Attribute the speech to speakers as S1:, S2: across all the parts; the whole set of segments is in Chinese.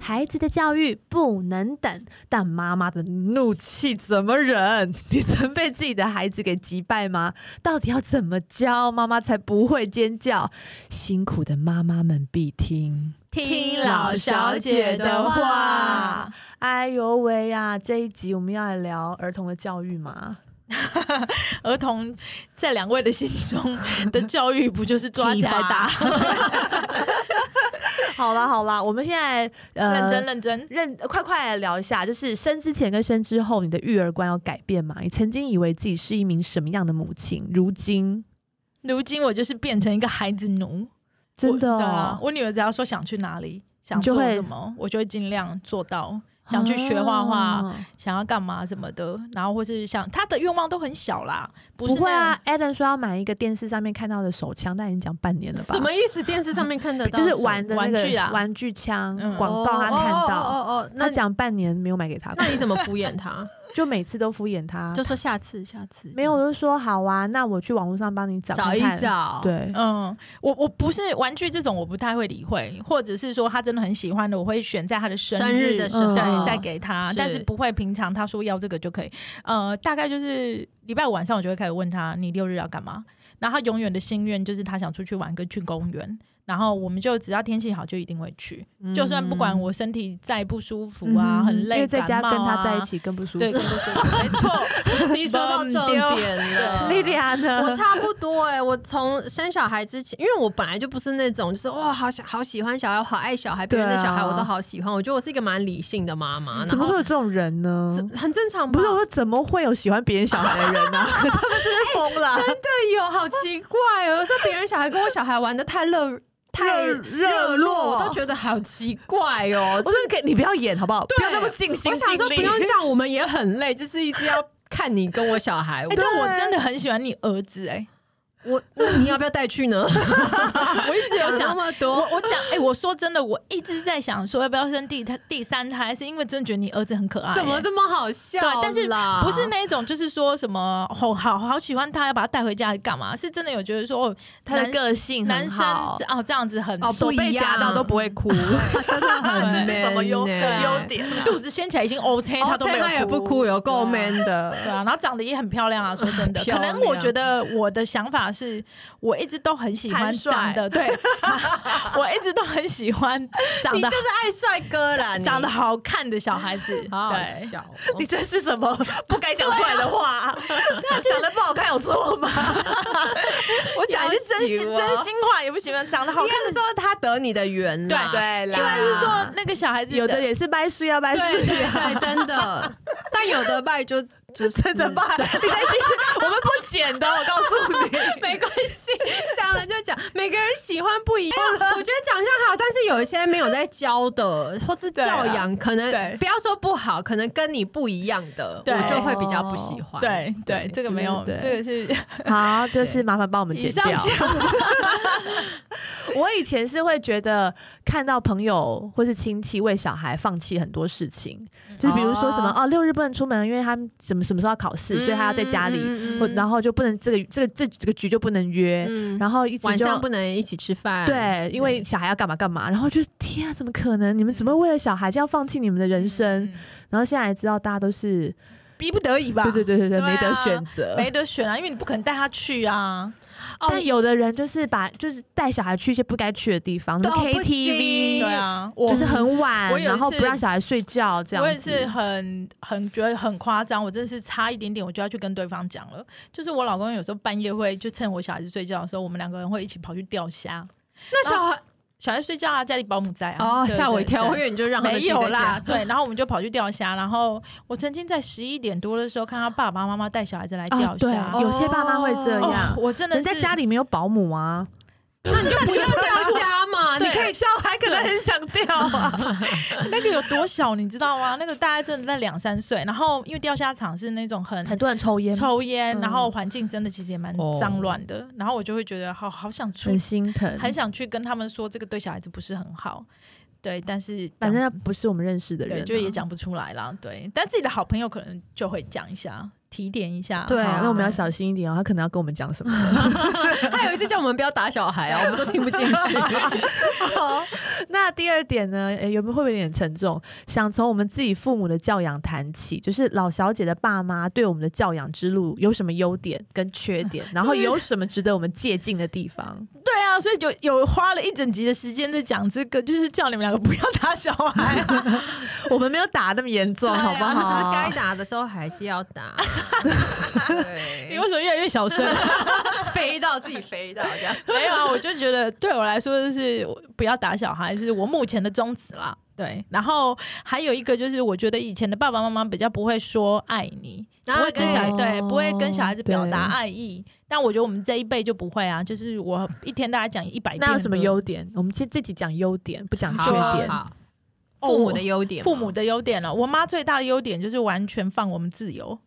S1: 孩子的教育不能等，但妈妈的怒气怎么忍？你曾被自己的孩子给击败吗？ 到底要怎么教妈妈才不会尖叫？辛苦的妈妈们必听。
S2: 听老小姐的话。
S1: 哎呦喂呀、这一集我们要来聊儿童的教育嘛？
S2: 儿童在两位的心中的教育，不就是抓 起来打？
S1: 好啦好啦，我们现在呃
S2: 认真认真，
S1: 认快快来聊一下，就是生之前跟生之后，你的育儿观要改变嘛？你曾经以为自己是一名什么样的母亲，如今
S2: 如今我就是变成一个孩子奴。
S1: 真的
S2: 我对
S1: 哦、
S2: 啊我女儿只要说想去哪里，想
S1: 你就
S2: 做
S1: 会
S2: 什么，我就会尽量做到。想去学画画，
S1: 啊
S2: 想要干嘛什么的，然后或是想她的愿望都很小啦，不
S1: 不
S2: 是
S1: 会
S2: 那
S1: 啊。Adam 说要买一个电视上面看到的手枪，但已经讲半年了吧？
S3: 什么意思？电视上面看得到
S1: 就
S3: 什么，
S1: 是玩的那个
S2: 玩具啊
S1: 玩具枪
S2: 嗯
S1: 广告，他
S3: 哦
S1: 看
S3: 哦哦
S1: 到，
S3: 哦哦，那
S1: 他讲半年没有买给他，
S3: 那你怎么敷衍他？
S1: 就每次都敷衍他，
S3: 就说下次，下次
S1: 没有，我就说好啊，那我去网络上帮你找
S3: 找
S1: 看
S3: 一
S1: 看。
S3: 找，，
S1: 对，
S2: 嗯，我我不是玩具这种，我不太会理会，或者是说她真的很喜欢的，我会选在她的生
S3: 生日的时
S1: 嗯
S3: 候
S2: 对，再给他，
S3: 是
S2: 但是不会平常他说要这个就可以。呃，大概就是礼拜五晚上，我就会开始问他，你六日要干嘛？然后他永远的心愿就是他想出去玩，跟去公园。然后我们就只要天气好，就一定会去，就算不管我身体再不舒服啊，
S1: 嗯
S2: 很累，
S1: 因为在家跟
S2: 感冒啊
S1: 他在一，起更不舒服。。
S2: 对，更不舒服，没错。
S3: 你说到重点了
S1: 莉莉安呢？
S3: 我差不多哎、我从生小孩之前，因为我本来就不是那种就是哇，好想好喜欢小孩，好爱小孩，别人的
S1: 对啊
S3: 小孩我都好喜欢。我觉得我是一个蛮理性的妈 妈，
S1: 怎
S3: 然
S1: 么
S3: 后
S1: 会有这种人呢？
S3: 怎很正常吧？
S1: 不是我说，怎么会有喜欢别人小孩的人呢、嗯 他们是不是疯了、
S3: 真的有，好奇怪哦！有时候别人小孩跟我小孩玩的太热太
S1: 热热
S3: 热
S1: 络
S3: 络，我都觉得好奇怪哦。
S1: 我说你可以，你不要演好不好？不要
S3: 对
S1: 那么尽心
S3: 我想
S1: 尽
S3: 说
S1: 力。
S3: 不用 这样，我们也很累，就是一直要看你跟我小孩。
S2: 哎，
S3: 我
S2: 但我真的很喜欢你儿子，哎，
S3: 我那你要不要带去呢？
S2: 我一直有
S3: 那
S2: 想。
S3: 么
S2: 我
S3: 多，
S2: 我讲，哎、我说真的，我一直在想说要不要生第胎第三胎，是因为真的觉得你儿子很可爱、
S3: 怎么
S2: 哎
S3: 这么好笑
S2: 对，但是
S3: 啦？
S2: 不是那种，就是说什么好好好喜欢他，要把他带回家干嘛？是真的有觉得说哦，
S1: 他的
S2: 男
S1: 个性很
S2: 男生
S1: 好
S2: 哦这样子很
S3: 哦
S1: 手
S3: 不一
S1: 被夹到
S3: 样
S1: 都不会 哭，
S3: 真的 很
S2: 这
S1: 是什么优
S3: man 欸
S1: 优点？
S2: 肚子掀起来已经 OK，他都没有
S3: 哦他也不哭，有够 man
S2: 对
S3: 的。
S2: 啊，然后长得也很漂亮啊，说真的，
S3: 很
S2: 可
S3: 漂亮
S2: 能我觉得我的想法是，我一直都很喜欢
S1: 坦率
S2: 长得，对 我一直都很喜欢长
S3: 你
S2: 得
S3: 就是爱帅哥啦，你
S2: 长得好看的小孩子，
S3: 好好
S2: 对。
S3: 笑哦。
S1: 你这是什么不该讲出来的话、 讲的不好看有错吗？
S2: 我讲的是真心
S3: 要死我
S2: 真心话也不行吗？长得好
S3: 应
S2: 看
S3: 该是
S2: 的，
S3: 说他得你的缘啦，
S1: 对啦，
S2: 应该是说那个小孩子
S1: 有的也是掰碎啊，掰
S3: 对
S1: 碎啊。
S3: 对对，真的。但有的拜就就
S1: 真的吧？你再继续，我们不剪的，我告诉你。
S3: 没关系，讲了就讲，每个人喜欢不一样。我觉得长相好，但是有一些没有在教的，或是教养，可
S1: 对
S3: 能不要说不好，可能跟你不一样的，
S2: 对
S3: 我就会比较不喜欢。
S2: 对对，这个没有，
S1: 对
S2: 这个是
S1: 好，就是麻烦帮我们
S2: 以
S1: 剪
S2: 上
S1: 掉。
S2: 讲。
S1: 我以前是会觉得看到朋友或是亲戚为小孩放弃很多事情， 就是比如说什么哦，六日不能出门，因为他们什么什么时候要考试，
S3: 嗯，
S1: 所以他要在家里，
S3: 嗯
S1: 或然后就不能这个这个这这个局就不能约，
S3: 嗯
S1: 然后一直
S3: 晚
S1: 就
S3: 上不能一起吃饭。
S1: 对，因为小孩要干嘛干嘛，然后就天啊，怎么可能？你们怎么为了小孩这样放弃你们的人生？
S2: 嗯
S1: 然后现在才知道，大家都是
S2: 逼不得已吧？
S1: 对对对对对，
S2: 对啊
S1: 没得选择。
S2: 没得选啊，因为你不可能带他去啊。
S3: 哦
S1: 但有的人就是把就是带小孩去一些不该去的地方，什么
S3: 对不
S1: KTV，
S3: 行
S2: 对啊，我
S1: 就是很晚
S2: 我，有一次
S1: 然后不让小孩睡觉这样
S2: 我
S1: 子。
S2: 也是很很觉得很夸张，我真的是差一点点我就要去跟对方讲了。就是我老公有时候半夜会就趁我小孩子睡觉的时候，我们两个人会一起跑去钓虾。
S3: 那小孩
S2: 小孩睡觉啊，家里保姆在啊。
S3: 哦
S2: 对
S3: 吓我一
S2: 对
S3: 跳，
S2: 对
S3: 我以为你就让他们
S2: 没
S3: 自己在
S2: 有
S3: 家
S2: 啦， 对，然后我们就跑去钓虾。然后我曾经在十一点多的时候，看到爸爸妈妈带小孩子来
S1: 啊
S2: 钓，
S1: 对
S2: 虾，，哦
S1: 有些爸妈会这
S3: 哦
S1: 样。
S2: 我真的
S1: 人家
S2: 是
S1: 家里没有保姆啊，
S3: 那你就不要掉家嘛，你
S2: 对
S3: 可以
S1: 小孩可能很想掉啊。
S2: 那个有多小，你知道吗？那个大概真的在两三岁。然后因为钓虾场是那种很
S1: 很多人抽烟，
S2: 抽烟，
S1: 嗯
S2: 然后环境真的其实也蛮
S3: 哦
S2: 脏乱的。然后我就会觉得好好想出
S1: 很，心疼。
S2: 很想去跟他们说这个对小孩子不是很好。对，但是
S1: 反正
S2: 讲
S1: 他不是我们认识的人
S2: 对，
S1: 啊，
S2: 就也讲不出来啦。对，但自己的好朋友可能就会讲一下。提点一下。
S3: 对啊
S1: 那我们要小心一点哦，他可能要跟我们讲 什么。
S3: 他有一次叫我们不要打小孩啊，我们都听不进去。
S1: 好，那第二点呢，诶有没有会不会有点沉重？想从我们自己父母的教养谈起，就是老小姐的爸妈对我们的教养之路有什么优点跟缺点，然后有什么值得我们借鉴的地方？
S2: 对啊，所以有有花了一整集的时间在讲这个，就是叫你们两个不要打小孩、啊。
S1: 我们没有打那么严重，好不
S3: 对啊就是该
S1: 好？
S3: 打的时候还是要打。对
S2: 你为什么越来越小声？啊
S3: 飞到自己飞到这样。
S2: 没有啊，我就觉得对我来说就是我不要打小孩，是我目前的宗旨啦。对，然后还有一个就是，我觉得以前的爸爸妈妈比较不会说爱你，不
S3: 啊
S2: 会跟小孩对，
S1: 对
S2: 不会跟小孩子表达
S1: 对
S2: 爱意。但我觉得我们这一辈就不会啊，就是我一天大家讲一百遍，
S1: 那有什么优点？我们这这集讲优点，不讲缺
S3: 好好
S1: 点。
S3: 好
S2: 哦
S3: 父母的优点吗，
S2: 父母的优点了？我妈最大的优点就是完全放我们自由，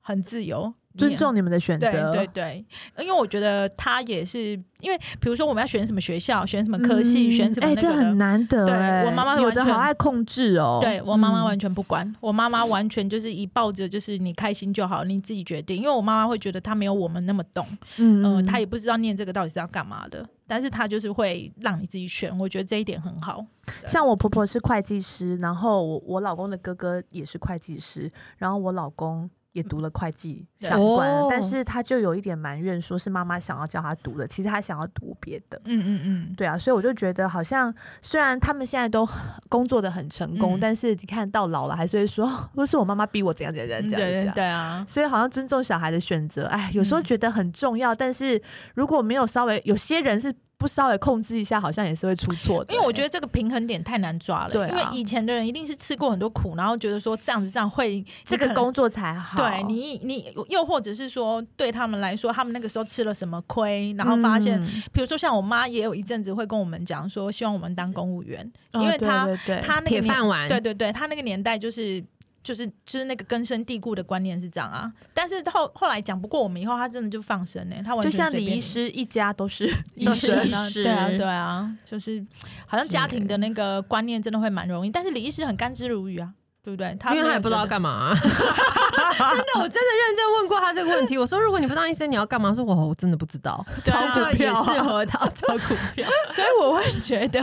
S2: 很自由，
S1: 尊重你们的选
S2: 对
S1: 择，
S2: 对对，因为我觉得他也是，因为比如说我们要选什么学校，选什么科系，
S1: 嗯
S2: 选什么
S1: 哎、
S2: 那
S1: 这
S2: 个的。
S1: 很难得、
S2: 对
S1: 哎
S2: 我妈妈
S1: 有
S2: 完
S1: 的
S2: 全
S1: 好爱控制哦。
S2: 对我妈妈
S1: 嗯
S2: 完全不管，我妈妈完全就是以抱着就是你开心就好，你自己决定。因为我妈妈会觉得她没有我们那么懂，
S1: 嗯
S2: 嗯、她
S1: 嗯
S2: 也不知道念这个到底是要干嘛的，但是她就是会让你自己选，我觉得这一点很好。
S1: 像我婆婆是会计师，然后我我老公的哥哥也是会计师，然后我老公也读了会计
S2: 对
S1: 相关，
S3: 哦
S1: 但是他就有一点埋怨，说是妈妈想要叫他读的，其实他想要读别的。
S2: 嗯嗯嗯，
S1: 对啊，所以我就觉得好像虽然他们现在都工作的很成功，
S2: 嗯
S1: 但是你看到老了还是会说，哦都是我妈妈逼我怎样怎样怎样
S2: 嗯
S1: 怎
S2: 对
S1: 样怎
S2: 对
S1: 样。
S2: 对啊，
S1: 所以好像尊重小孩的选择，哎，有时候
S2: 嗯
S1: 觉得很重要，但是如果没有稍微，有些人是不稍微控制一下，好像也是会出错的、欸
S2: 因为我觉
S1: 得
S2: 得这个平衡点太难抓了，
S1: 对啊
S2: 因为以前的人一定是吃过很多苦，然后觉得说这样子这样会
S1: 这
S2: 你
S1: 个
S2: 可能
S1: 工作才好。
S2: 对你，你又或者是说，对他们来说，他们那个时候吃了什么亏，然后发现，
S1: 嗯
S2: 比、如说像我妈也有一阵子会跟我们讲说，希望我们当公务员，
S1: 哦
S2: 因为
S1: 对
S2: 她
S1: 对对
S2: 她那个
S3: 铁
S2: 年，
S3: 饭碗，
S2: 对对对，她那个年代就是。就是就是那个根深蒂固的观念是这样啊，但是后后来讲不过我们以后，她真的就放生呢、欸，她完
S1: 就
S2: 全
S1: 像
S2: 随
S1: 李
S2: 便
S1: 医
S2: 你
S1: 师一家都是医
S2: 都是
S1: 生
S2: 医，
S3: 医师
S2: 对啊，对啊，就是好像家庭的那个观念真的会蛮容易，但是李医师很甘之如饴啊，对不对？他
S3: 因为
S2: 没
S3: 他
S2: 有
S3: 也不知道
S2: 觉得
S3: 干嘛、 真的，我真的认真问过他这个问题。我说，如果你不当医生，你要干嘛？他说我我真的不知道，
S2: 对啊
S3: 这也适合他炒 股票。
S2: 所以我会觉得，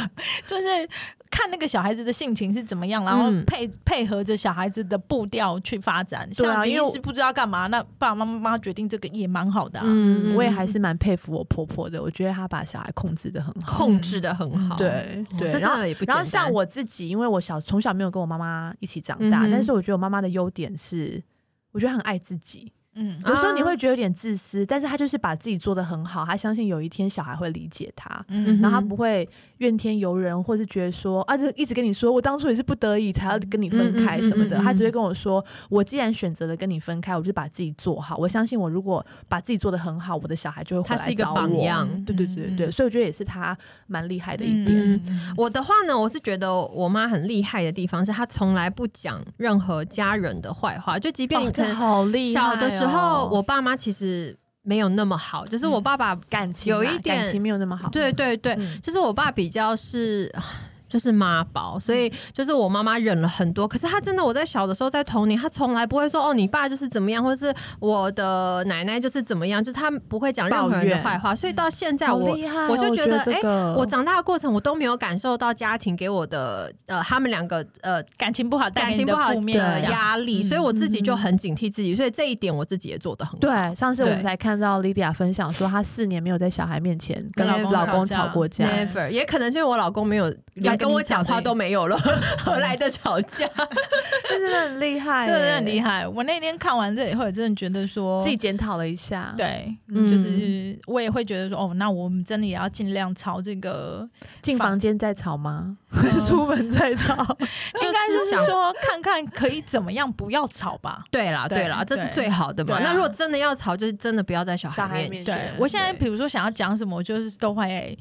S2: 就是看那个小孩子的性情是怎么样，然后
S3: 嗯
S2: 配、配合着小孩子的步调去发展。
S1: 对啊
S2: 像你
S1: 因为我
S2: 是不知道干嘛，那爸爸妈妈决定这个也蛮好的、啊。
S1: 嗯，我也还是蛮佩服我婆婆的，我觉得她把小孩控制的很好。
S3: 控制的很好，哦
S1: 对对，
S3: 真
S1: 然后
S3: 的也不简单
S1: 然后像我自己，因为我小从小没有跟我妈妈一起长大，
S3: 嗯哼
S1: 但是我觉得我妈妈的优点是，我觉得很爱自己。
S2: 嗯
S1: 有时候你
S3: 啊
S1: 会觉得有点自私，但是她就是把自己做的很好，她相信有一天小孩会理解她。
S2: 嗯
S1: 然后他
S3: 嗯
S1: 不会怨天尤人，或是觉得说啊，这一直跟你说，我当初也是不得已才要跟你分开什么的。
S3: 嗯嗯嗯嗯嗯
S1: 他只会跟我说，我既然选择了跟你分开，我就把自己做好。我相信我如果把自己做的很好，我的小孩就会回
S3: 他是
S1: 来
S3: 一个
S1: 找我。
S3: 榜样
S1: 对对对对对，
S2: 嗯
S1: 所以我觉得也是他蛮厉害的一点。
S2: 嗯嗯
S3: 我的话呢，我是觉得我妈很厉害的地方是，她从来不讲任何家人的坏话，就即便
S1: 哦
S3: 你
S1: 这
S3: 可能
S1: 好厉害、哦嗯
S3: 小的时候，我。爸妈其实没有那么好，就是我爸爸，
S1: 感情啊
S3: 有一点
S1: 感情没有那么好，
S3: 对对对，
S1: 嗯，
S3: 就是我爸比较是。 就是妈宝，所
S2: 嗯
S3: 以就是我妈妈忍了很多。可是她真的，我在小的时候，在童年，她从来不会说哦，你爸就是怎么样，或是我的奶奶就是怎么样，就是她不会讲任何人的坏话。所以到现在
S1: 好
S3: 啊我，
S1: 厉害哦
S3: 我就觉得，
S1: 这
S3: 哎、
S1: 个
S2: 哦
S3: 我长大的过程，我都没有感受到家庭给我的呃，他们两个呃
S2: 感情不好带
S3: 感
S2: 给你
S3: 情
S2: 的
S3: 不好
S2: 负面
S3: 的
S2: 影响。
S3: 压力，
S2: 嗯啊
S3: 所以我自己就很警惕自己，所以这一点我自己也做得很好。
S1: 对，上次我们
S3: 对
S1: 才看到莉迪亚分享说，她四年没有在小孩面前跟
S3: 没有
S1: 老公
S2: 吵架
S1: 吵过架，
S3: Never，也可能是因为我老公没有连跟我讲话都没有了， 何来的吵架？
S1: 这真的很厉害、
S2: 这
S1: 欸，
S2: 个真的很厉害。我那天看完这以后，也真的觉得说
S1: 自己检讨了一
S3: 啊
S1: 下，，
S2: 对，
S1: 嗯
S2: 就是我也会觉得说，哦，那我们真的也要尽量朝这 个，
S1: 进
S2: 放
S1: 房间再吵吗？
S2: 呃
S1: 出门再吵？
S3: 就
S2: 应该就是
S3: 想
S2: 是说看看可以怎么样不要吵吧。
S3: 对啦，
S2: 对
S3: 对啦，这是
S2: 对
S3: 最好的嘛。
S2: 对啊
S3: 那如果真的要吵，就是真的不要在小孩
S1: 小孩
S3: 面
S1: 面
S3: 前。
S1: 前
S2: 对
S1: 是
S2: 我现在，
S1: 对
S2: 比如说想要讲什么，我就是都会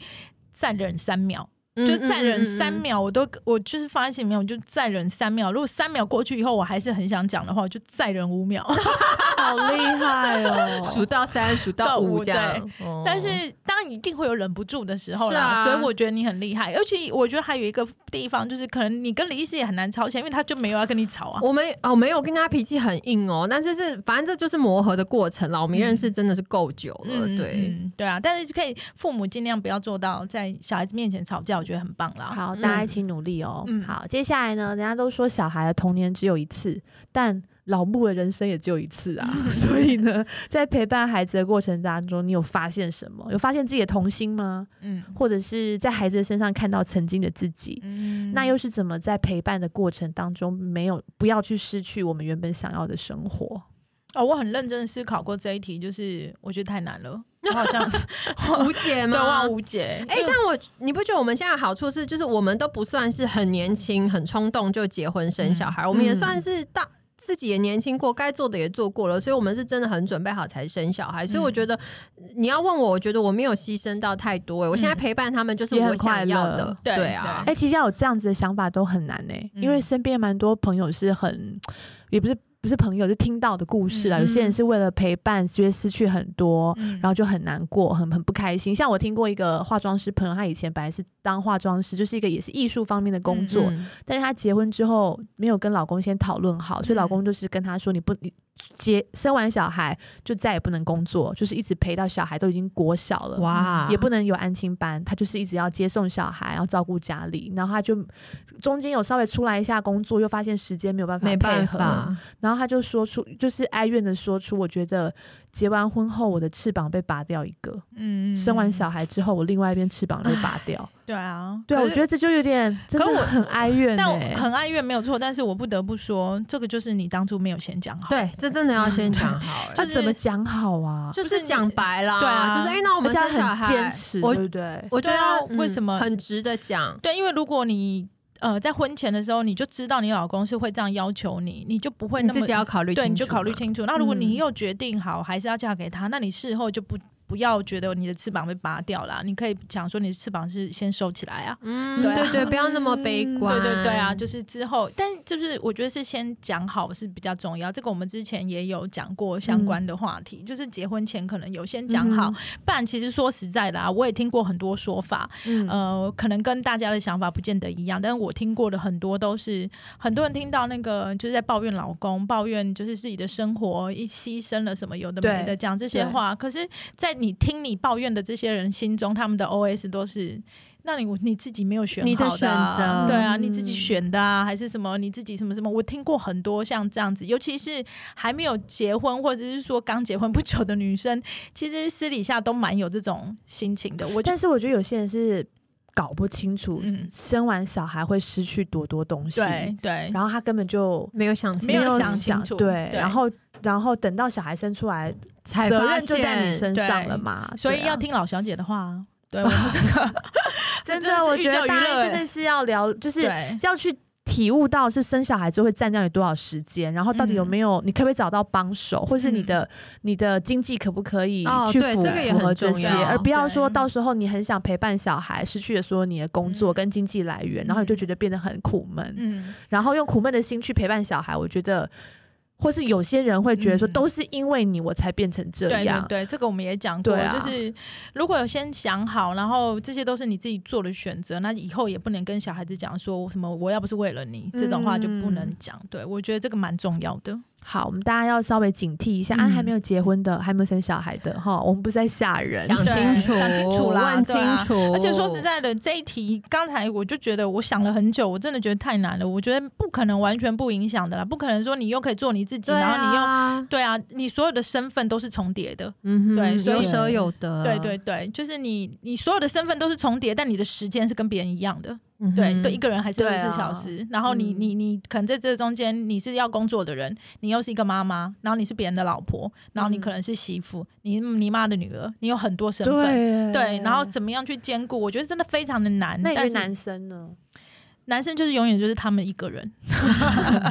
S2: 再忍三秒，
S3: 嗯
S2: 就再忍三。秒，我都我就是放在心里
S3: 哦
S2: 面，我就再忍三秒。如果三秒过去以后，我还是很想讲的话，我就再忍五秒。
S4: 好厉害哦！
S3: 数到三，数到五这
S2: 到
S3: 样。哦
S2: 但是当然一定会有忍不住的时候
S3: 是
S2: 啦，
S3: 啊
S2: 所以我觉得你很厉害。而且我觉得还有一个地方就是，可能你跟李医师也很难吵起来，因为他就没有要跟你吵啊。
S3: 我没哦，没有跟他脾气很硬哦，但是是反正这就是磨合的过程啦。我们认识真的是够久了，对。
S2: 嗯，对啊，但是可以，父母尽量不要做到在小孩子面前吵架，我觉得很棒啦。
S1: 好，
S3: 嗯
S1: 大家一起努力哦。
S2: 嗯
S1: 好，接下来呢，人家都说小孩的童年只有一次，但老木的人生也只有一次啊。 所以呢，在陪伴孩子的过程当中，你有发现什么？有发现自己的童心吗？
S2: 嗯
S1: 或者是在孩子的身上看到曾经的自己？
S2: 嗯
S1: 那又是怎么在陪伴的过程当中，没有不要去失去我们原本想要的生活？
S2: 哦，我很认真地思考过这一题，就是我觉得太难了，我好 像
S3: 无解
S2: 嗯对
S3: 吗？
S2: 望无解。
S3: 哎、但我你不觉得我们现在好处是，就是我们都不算是很年轻、很冲动就结婚生小
S2: 嗯
S3: 孩，我们也算是大。自己也年轻过，该做的也做过了，所以我们是真的很准备好才生小孩。所以我
S2: 嗯
S3: 觉得你要问我，我觉得我没有牺牲到太多、欸。我现在陪伴他们就是
S1: 也很
S3: 我想要的，
S2: 嗯快乐
S3: 对啊
S1: 哎、。其实要有这样子的想法都很难呢、因为
S2: 嗯
S1: 身边蛮多朋友是很，也不是不是朋友，就听到的故事啦。
S2: 嗯
S1: 有些人是为了陪伴，觉得失去很多，
S2: 嗯
S1: 然后就很难过，很很不开心。像我听过一个化妆师朋友，他以前本来是当化妆师，就是一个也是艺术方面的工作，
S3: 嗯
S1: 但是她结婚之后没有跟老公先讨论好，所以老
S2: 嗯
S1: 公就是跟她说：“你不你结生完小孩就再也不能工作，就是一直陪到小孩都已经国小了。”
S2: 啊嗯
S3: 哇，
S1: 也不能有安亲班，她就是一直要接送小孩，要照顾家里，然后她就中间有稍微出来一下工作，又发现时间没有办法
S3: 没
S1: 配
S3: 办
S1: 合，
S3: 法，
S1: 然后她就说出，就是哀怨的说出，我觉得结完婚后我的翅膀被拔掉一个，
S2: 嗯
S1: 生完小孩之后我另外一边翅膀被拔掉，
S2: 对啊，
S1: 对啊，
S2: 可
S1: 我
S2: 是
S1: 觉得这就有点真
S2: 可
S1: 的
S2: 我
S1: 很哀怨、欸，
S2: 但我很哀怨没有错，但是我不得不说，这个就是你当初没有先讲好。
S3: 对，这真的要先讲 好、
S1: 那
S3: 欸，
S2: 就是
S1: 怎么讲好啊？
S3: 就
S2: 就是
S3: 是
S2: 你
S3: 讲白啦，
S2: 对啊
S3: 就是哎、那我
S1: 我
S3: 们生小孩，
S1: 很坚持，
S3: 我
S1: 对不对？
S3: 我觉
S2: 对啊
S3: 得、嗯
S2: 为什么
S3: 很值得讲？
S2: 对，因为如果你呃在婚前的时候你就知道你老公是会这样要求你，你就不会
S3: 你
S2: 那
S3: 自己
S2: 么
S3: 要考虑清楚嘛，
S2: 对，你就考虑清楚。那如果
S1: 嗯
S2: 你又决定好还是要嫁给他，那你事后就不不要觉得你的翅膀被拔掉了，你可以讲说你的翅膀是先收起来啊。
S3: 嗯，
S2: 对
S3: 对
S2: 啊
S3: 对不要那么悲观。
S2: 对对对啊，就是之后，但就是我觉得是先讲好是比较重要。这个我们之前也有讲过相关的话题，
S1: 嗯
S2: 就是结婚前可能有先讲好，不然其实说实在的啊，我也听过很多说法，
S1: 嗯，
S2: 呃，可能跟大家的想法不见得一样，但是我听过的很多都是很多人听到那个就是在抱怨老公，抱怨就是自己的生活一牺牲了什么有的没的
S1: 对
S2: 讲这些话，可是，在你听你抱怨的这些人心中，他们的 OS 都是。那你你自己没有选
S3: 你的
S2: 好的啊、
S3: 选择
S2: 对啊，你自己
S1: 嗯
S2: 选的啊，还是什么你自己什么什么？我听过很多像这样子，尤其是还没有结婚或者是说刚结婚不久的女生，其实私底下都蛮有这种心情的。我就
S1: 但是我觉得有些人是搞不清楚，
S2: 嗯，
S1: 生完小孩会失去多多东西，
S2: 对对，
S1: 然后他根本就
S3: 没有想清
S2: 没有
S1: 有
S2: 想清楚
S1: 对，
S2: 对
S1: 然后然后等到小孩生出来，
S3: 才
S1: 责
S3: 发
S1: 任就在你
S3: 现
S1: 身
S2: 对
S1: 上了嘛，
S2: 所以
S1: 对啊
S2: 要听老小姐的话啊。对，我们这个
S1: 真
S2: 真的
S1: 的，
S2: 是
S1: 我
S2: 寓
S1: 觉
S2: 教
S1: 得
S2: 于
S1: 大
S2: 乐
S1: 家真
S2: 欸
S1: 的是要聊，就是
S2: 对，
S1: 要去体悟到是生小孩之后会占掉你多少时间，然后到底
S2: 嗯
S1: 有没有、你可不可以找到帮手，或是你的、你的经济可不可以
S3: 哦
S1: 去
S3: 对
S1: 符、
S3: 这个也
S1: 符合
S3: 很
S1: 这
S3: 重
S1: 些，
S3: 要
S1: 而不要说
S2: 对
S1: 到时候你很想陪伴小孩，失去了所有你的工作
S2: 嗯
S1: 跟经济来源，然后你就觉得变得很苦闷，
S2: 嗯，
S1: 然后用苦闷的心去陪伴小孩，我觉得。或是有些人会觉得说，
S2: 嗯
S1: 都是因为你我才变成这
S2: 对
S1: 样
S2: 对，对，这个我们也讲过，
S1: 对啊
S2: 就是如果有先想好，然后这些都是你自己做的选择，那以后也不能跟小孩子讲说什么我要不是为了你这种话就不能讲。对嗯哦我觉得这个蛮重要的。
S1: 好，我们大家要稍微警惕一下，啊，
S2: 嗯
S1: 还没有结婚的，还没有生小孩的，哈，我们不是在吓人，
S3: 想
S2: 对
S3: 清楚，
S2: 想清楚啦
S3: 问
S2: 对啊
S3: 清楚。
S2: 而且说实，在的，这一题刚才我就觉得我想了很久，我真的觉得太难了。我觉得不可能完全不影响的啦，不可能说你又可以做你自己，
S3: 对
S2: 然后你又。
S3: 啊，
S2: 对啊，你所有的身份都是重叠的，
S3: 嗯哼，
S2: 对所以
S3: 有舍有得，
S2: 对对，对，就是你你所有的身份都是重叠，但你的时间是跟别人一样的。
S3: 嗯哼
S2: 对，对，一个人还是
S1: 对
S2: 二
S1: 啊
S2: 十四小时。然后你
S1: 嗯
S2: 你你可能在这中间你是要工作的人，你又是一个妈妈，然后你是别人的老婆，然后你
S1: 嗯
S2: 可能是媳妇，你你妈的女儿，你有很多身
S1: 对
S2: 份。对，然后怎么样去兼顾？我觉得真的非常的难。
S1: 那你
S2: 但
S1: 对
S2: 是
S1: 男生呢？
S2: 男生就是永远就是他们一 个人。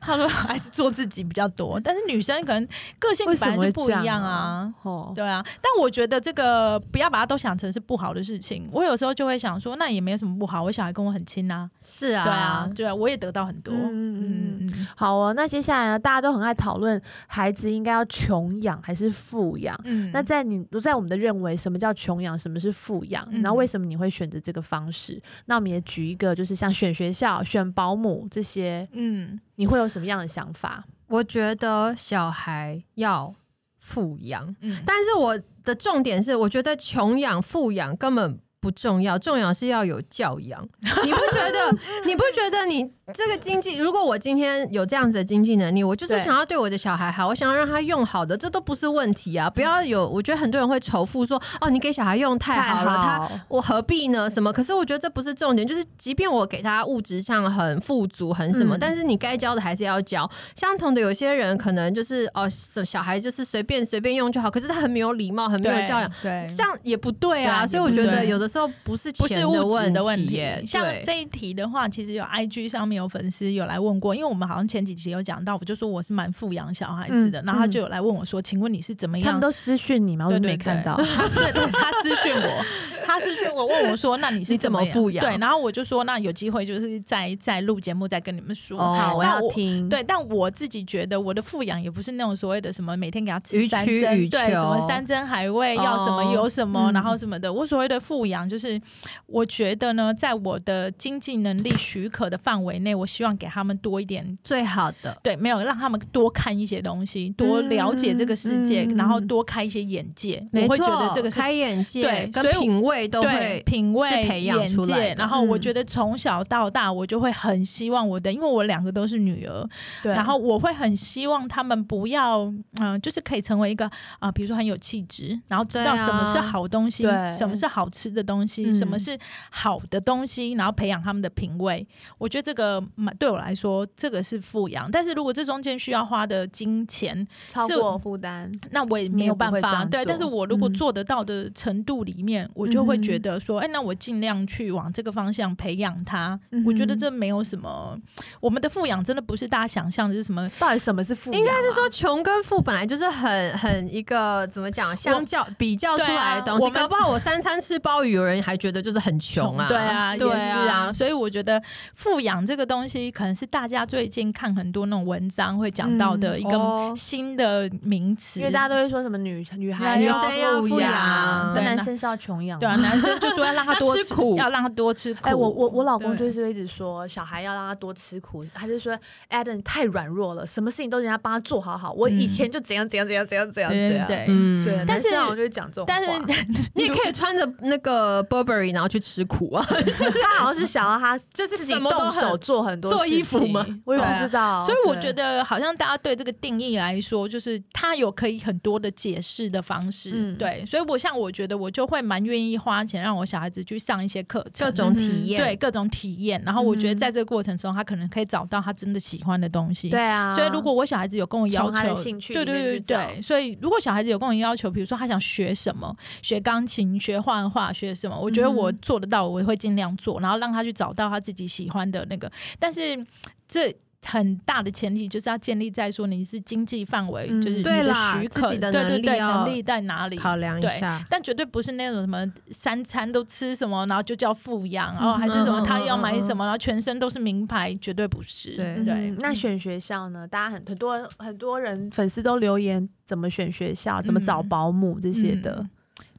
S2: 他说还是做自己比较多，但是女生可能个性
S1: 为什
S2: 本
S1: 么
S2: 来
S1: 会
S2: 就不
S1: 这
S2: 一
S1: 样
S2: 样
S1: 啊
S2: 啊。
S1: 哦，
S2: 对啊，但我觉得这个不要把它都想成是不好的事情。我有时候就会想说，那也没有什么不好，我小孩跟我很亲啊，
S3: 是啊，
S2: 对啊，，对啊，我也得到很多。嗯
S1: 嗯嗯嗯。
S2: 嗯嗯
S1: 好哦，那接下来呢？大家都很爱讨论孩子应该要穷养还是富养。
S2: 嗯
S1: 那在你在我们的认为，什么叫穷养，什么是富养，
S2: 嗯
S1: 然后为什么你会选择这个方式？那我们也举一个，就是像选学校、选保姆这些，
S2: 嗯
S1: 你会有什么样的想法？
S3: 我觉得小孩要富养，
S2: 嗯，
S3: 但是我的重点是，我觉得穷养富养根本。不重要，重要是要有教养。你不觉得？你不觉得你这个经济？如果我今天有这样子的经济能力，我就是
S1: 对
S3: 想要对我的小孩好，我想要让他用好的，这都不是问题啊！不要有，我觉得很多人会仇富说：“哦，你给小孩用太好了，他
S1: 他
S3: 我何必呢？什么？可是我觉得这不是重点，就是即便我给他物质上很富足，很什么，
S1: 嗯
S3: 但是你该教的还是要教。相同的，有些人可能就是哦，小小孩就是随便随便用就好，可是他很没有礼貌，很没有
S2: 对
S3: 教养，，
S2: 对，
S3: 这样也不对
S2: 对
S3: 啊。
S2: 啊
S3: 所以
S2: 也
S3: 我
S2: 不
S3: 觉得
S2: 对
S3: 有的时候不是
S2: 不是
S3: 钱
S2: 物质
S3: 问
S2: 的问题
S3: 耶。
S2: 像
S3: 对
S2: 这一题的话，其实有 IG 上面有粉丝有来问过，因为我们好像前几集有讲到，我就说我是蛮富养小孩子的，
S1: 嗯
S2: 然后他就有来问我说：“请问你是怎么
S1: 他
S2: 样
S1: 们？”都私讯你吗？我
S2: 对
S1: 都
S2: 对
S1: 没
S2: 对。
S1: 看到
S2: 他私他私讯我，他私讯我问我说：“那你是
S3: 你怎么
S2: 么样
S3: 富养
S2: 对，然后我就说：“那有机会就是再再录节目再跟你们说。
S3: 哦
S1: 好，我要
S2: 那我
S1: 听。
S2: 对，但我自己觉得我的富养也不是那种所谓的什么每天给他
S3: 予
S2: 吃三
S3: 取
S2: 珍，
S3: 予
S2: 对，什么
S3: 求
S2: 三珍海味要什么
S3: 哦
S2: 有什么，然后
S1: 嗯
S2: 什么的。我所谓的富养，就是我觉得呢，在我的经济能力许可的范围内，我希望给他们多一点。
S3: 最好的，
S2: 对，没有让他们多看一些东西，多了解这个世界，
S1: 嗯嗯
S2: 然后
S1: 嗯
S2: 多开一些眼界。我
S3: 没
S2: 会
S3: 错，
S2: 觉得这个是
S3: 开眼界
S2: 对
S3: 跟
S2: 所以我
S3: 品味都
S2: 对
S3: 会。
S2: 品味、
S3: 是培养
S2: 眼
S3: 出来
S2: 界
S3: 的
S2: 然后我
S1: 嗯
S2: 觉得从小到大，我就会很希望我的，因为我两个都是女儿，
S1: 对，
S2: 然后我会很希望他们不要，嗯、就是可以成为一个啊、呃比如说很有气质，然后知
S3: 对
S2: 道什么是
S3: 啊
S2: 好东西，
S1: 对
S2: 什么是好吃的东西，
S1: 嗯
S2: 什么是好的东西，然后培养他们的品味。我觉得这个蛮对我来说，这个是富养。但是如果这中间需要花的金钱，
S1: 超
S2: 是
S1: 过负担，
S2: 那我也没有办
S1: 你也不会这
S2: 法。
S1: 样
S2: 对，
S1: 做
S2: 但是我如果
S1: 嗯
S2: 做得到的程度里面，我就会觉得说，哎、那我尽量去往这个方向培养他。
S1: 嗯哼
S2: 我觉得这没有什么，我们的富养真的不是大家想象的是什啊么。
S1: 到底什么是富？
S3: 应该是说，穷跟富本来就是很很一个怎么讲，相较比较出
S2: 对啊
S3: 来的东
S2: 我
S3: 西。
S2: 们
S3: 搞不好我三餐吃鲍鱼，有人还觉得就是很穷啊。
S2: 对啊，
S3: 对
S2: 也是啊，，所以我觉得富养这个东西，可能是大家最近看很多那种文章会讲到的一个
S3: 哦
S2: 新的名词，
S1: 嗯因为大家都会说什么女女孩
S2: 女
S1: 要
S2: 生
S3: 要
S1: 富
S3: 富
S1: 养，
S3: 养
S1: 那
S2: 对
S1: 男
S2: 那
S1: 生是要穷养。
S2: 对啊，，男生就说要让他 多
S3: 要吃苦
S2: 要让他多吃苦。
S1: 哎、我我我老公
S2: 对
S1: 就是会一直说，小孩要让他多吃苦，他就说哎 Adam 你太软弱了，什么事情都人家帮他做好好，我以
S2: 嗯
S1: 前就怎样怎样怎样怎样怎样
S2: 对
S1: 怎
S2: 对
S1: 样。
S2: 对，
S3: 嗯
S1: 对，
S2: 但
S1: 男生
S2: 是
S1: 好像就会讲这种
S2: 但
S1: 话
S2: 是
S3: 你也可以穿着那个 Burberry 然后去吃苦 啊。
S1: 他好像是想要他就是自己
S3: 什么都
S1: 动手
S3: 很
S1: 做很多
S3: 做衣
S1: 事
S3: 服
S1: 情
S3: 吗
S1: 我也不
S2: 对啊
S1: 知道，
S2: 所以我
S1: 对
S2: 觉，得，好像大家对这个定义来说，就是它有可以很多的解释的方式。
S1: 嗯
S2: 对，所以我像我觉得，我就会蛮愿意花钱让我小孩子去上一些课程，
S3: 各种体验，
S2: 对，各种体验。然后我觉得
S1: 嗯
S2: 在这个过程中，他可能可以找到他真的喜欢的东西。
S1: 对。啊，
S2: 所以，如果我小孩子有跟我要
S1: 从他的
S2: 求，
S1: 兴趣
S2: 对
S1: 里面
S2: 对对
S1: 去找
S2: 对，所以如果小孩子有跟我要求，比如说他想学什么，学钢琴、学画画、学什么，我觉得
S1: 嗯哼
S2: 我做得到，我会尽量做，然后让他去找到他自己喜欢的那
S3: 嗯
S2: 个。但是这很大的前提就是要建立在说你是经济范围，
S1: 嗯
S2: 就是你
S3: 对
S2: 的
S3: 啦
S2: 许
S3: 自
S2: 可，
S3: 己的
S2: 对对
S3: 能力
S2: 对，
S3: 要
S2: 能力在哪里？
S3: 考量一下。
S2: 但绝对不是那种什么三餐都吃什么，然后就叫富养，然后还是什么
S3: 嗯嗯嗯
S2: 他要买
S3: 嗯嗯
S2: 什么，然后全身都是名牌，绝对不是。
S3: 对
S2: 对
S1: 嗯，那选学校呢？大家很很多很多人粉丝都留言怎么选学校，怎么找
S2: 嗯
S1: 保姆这些的。哦
S2: 嗯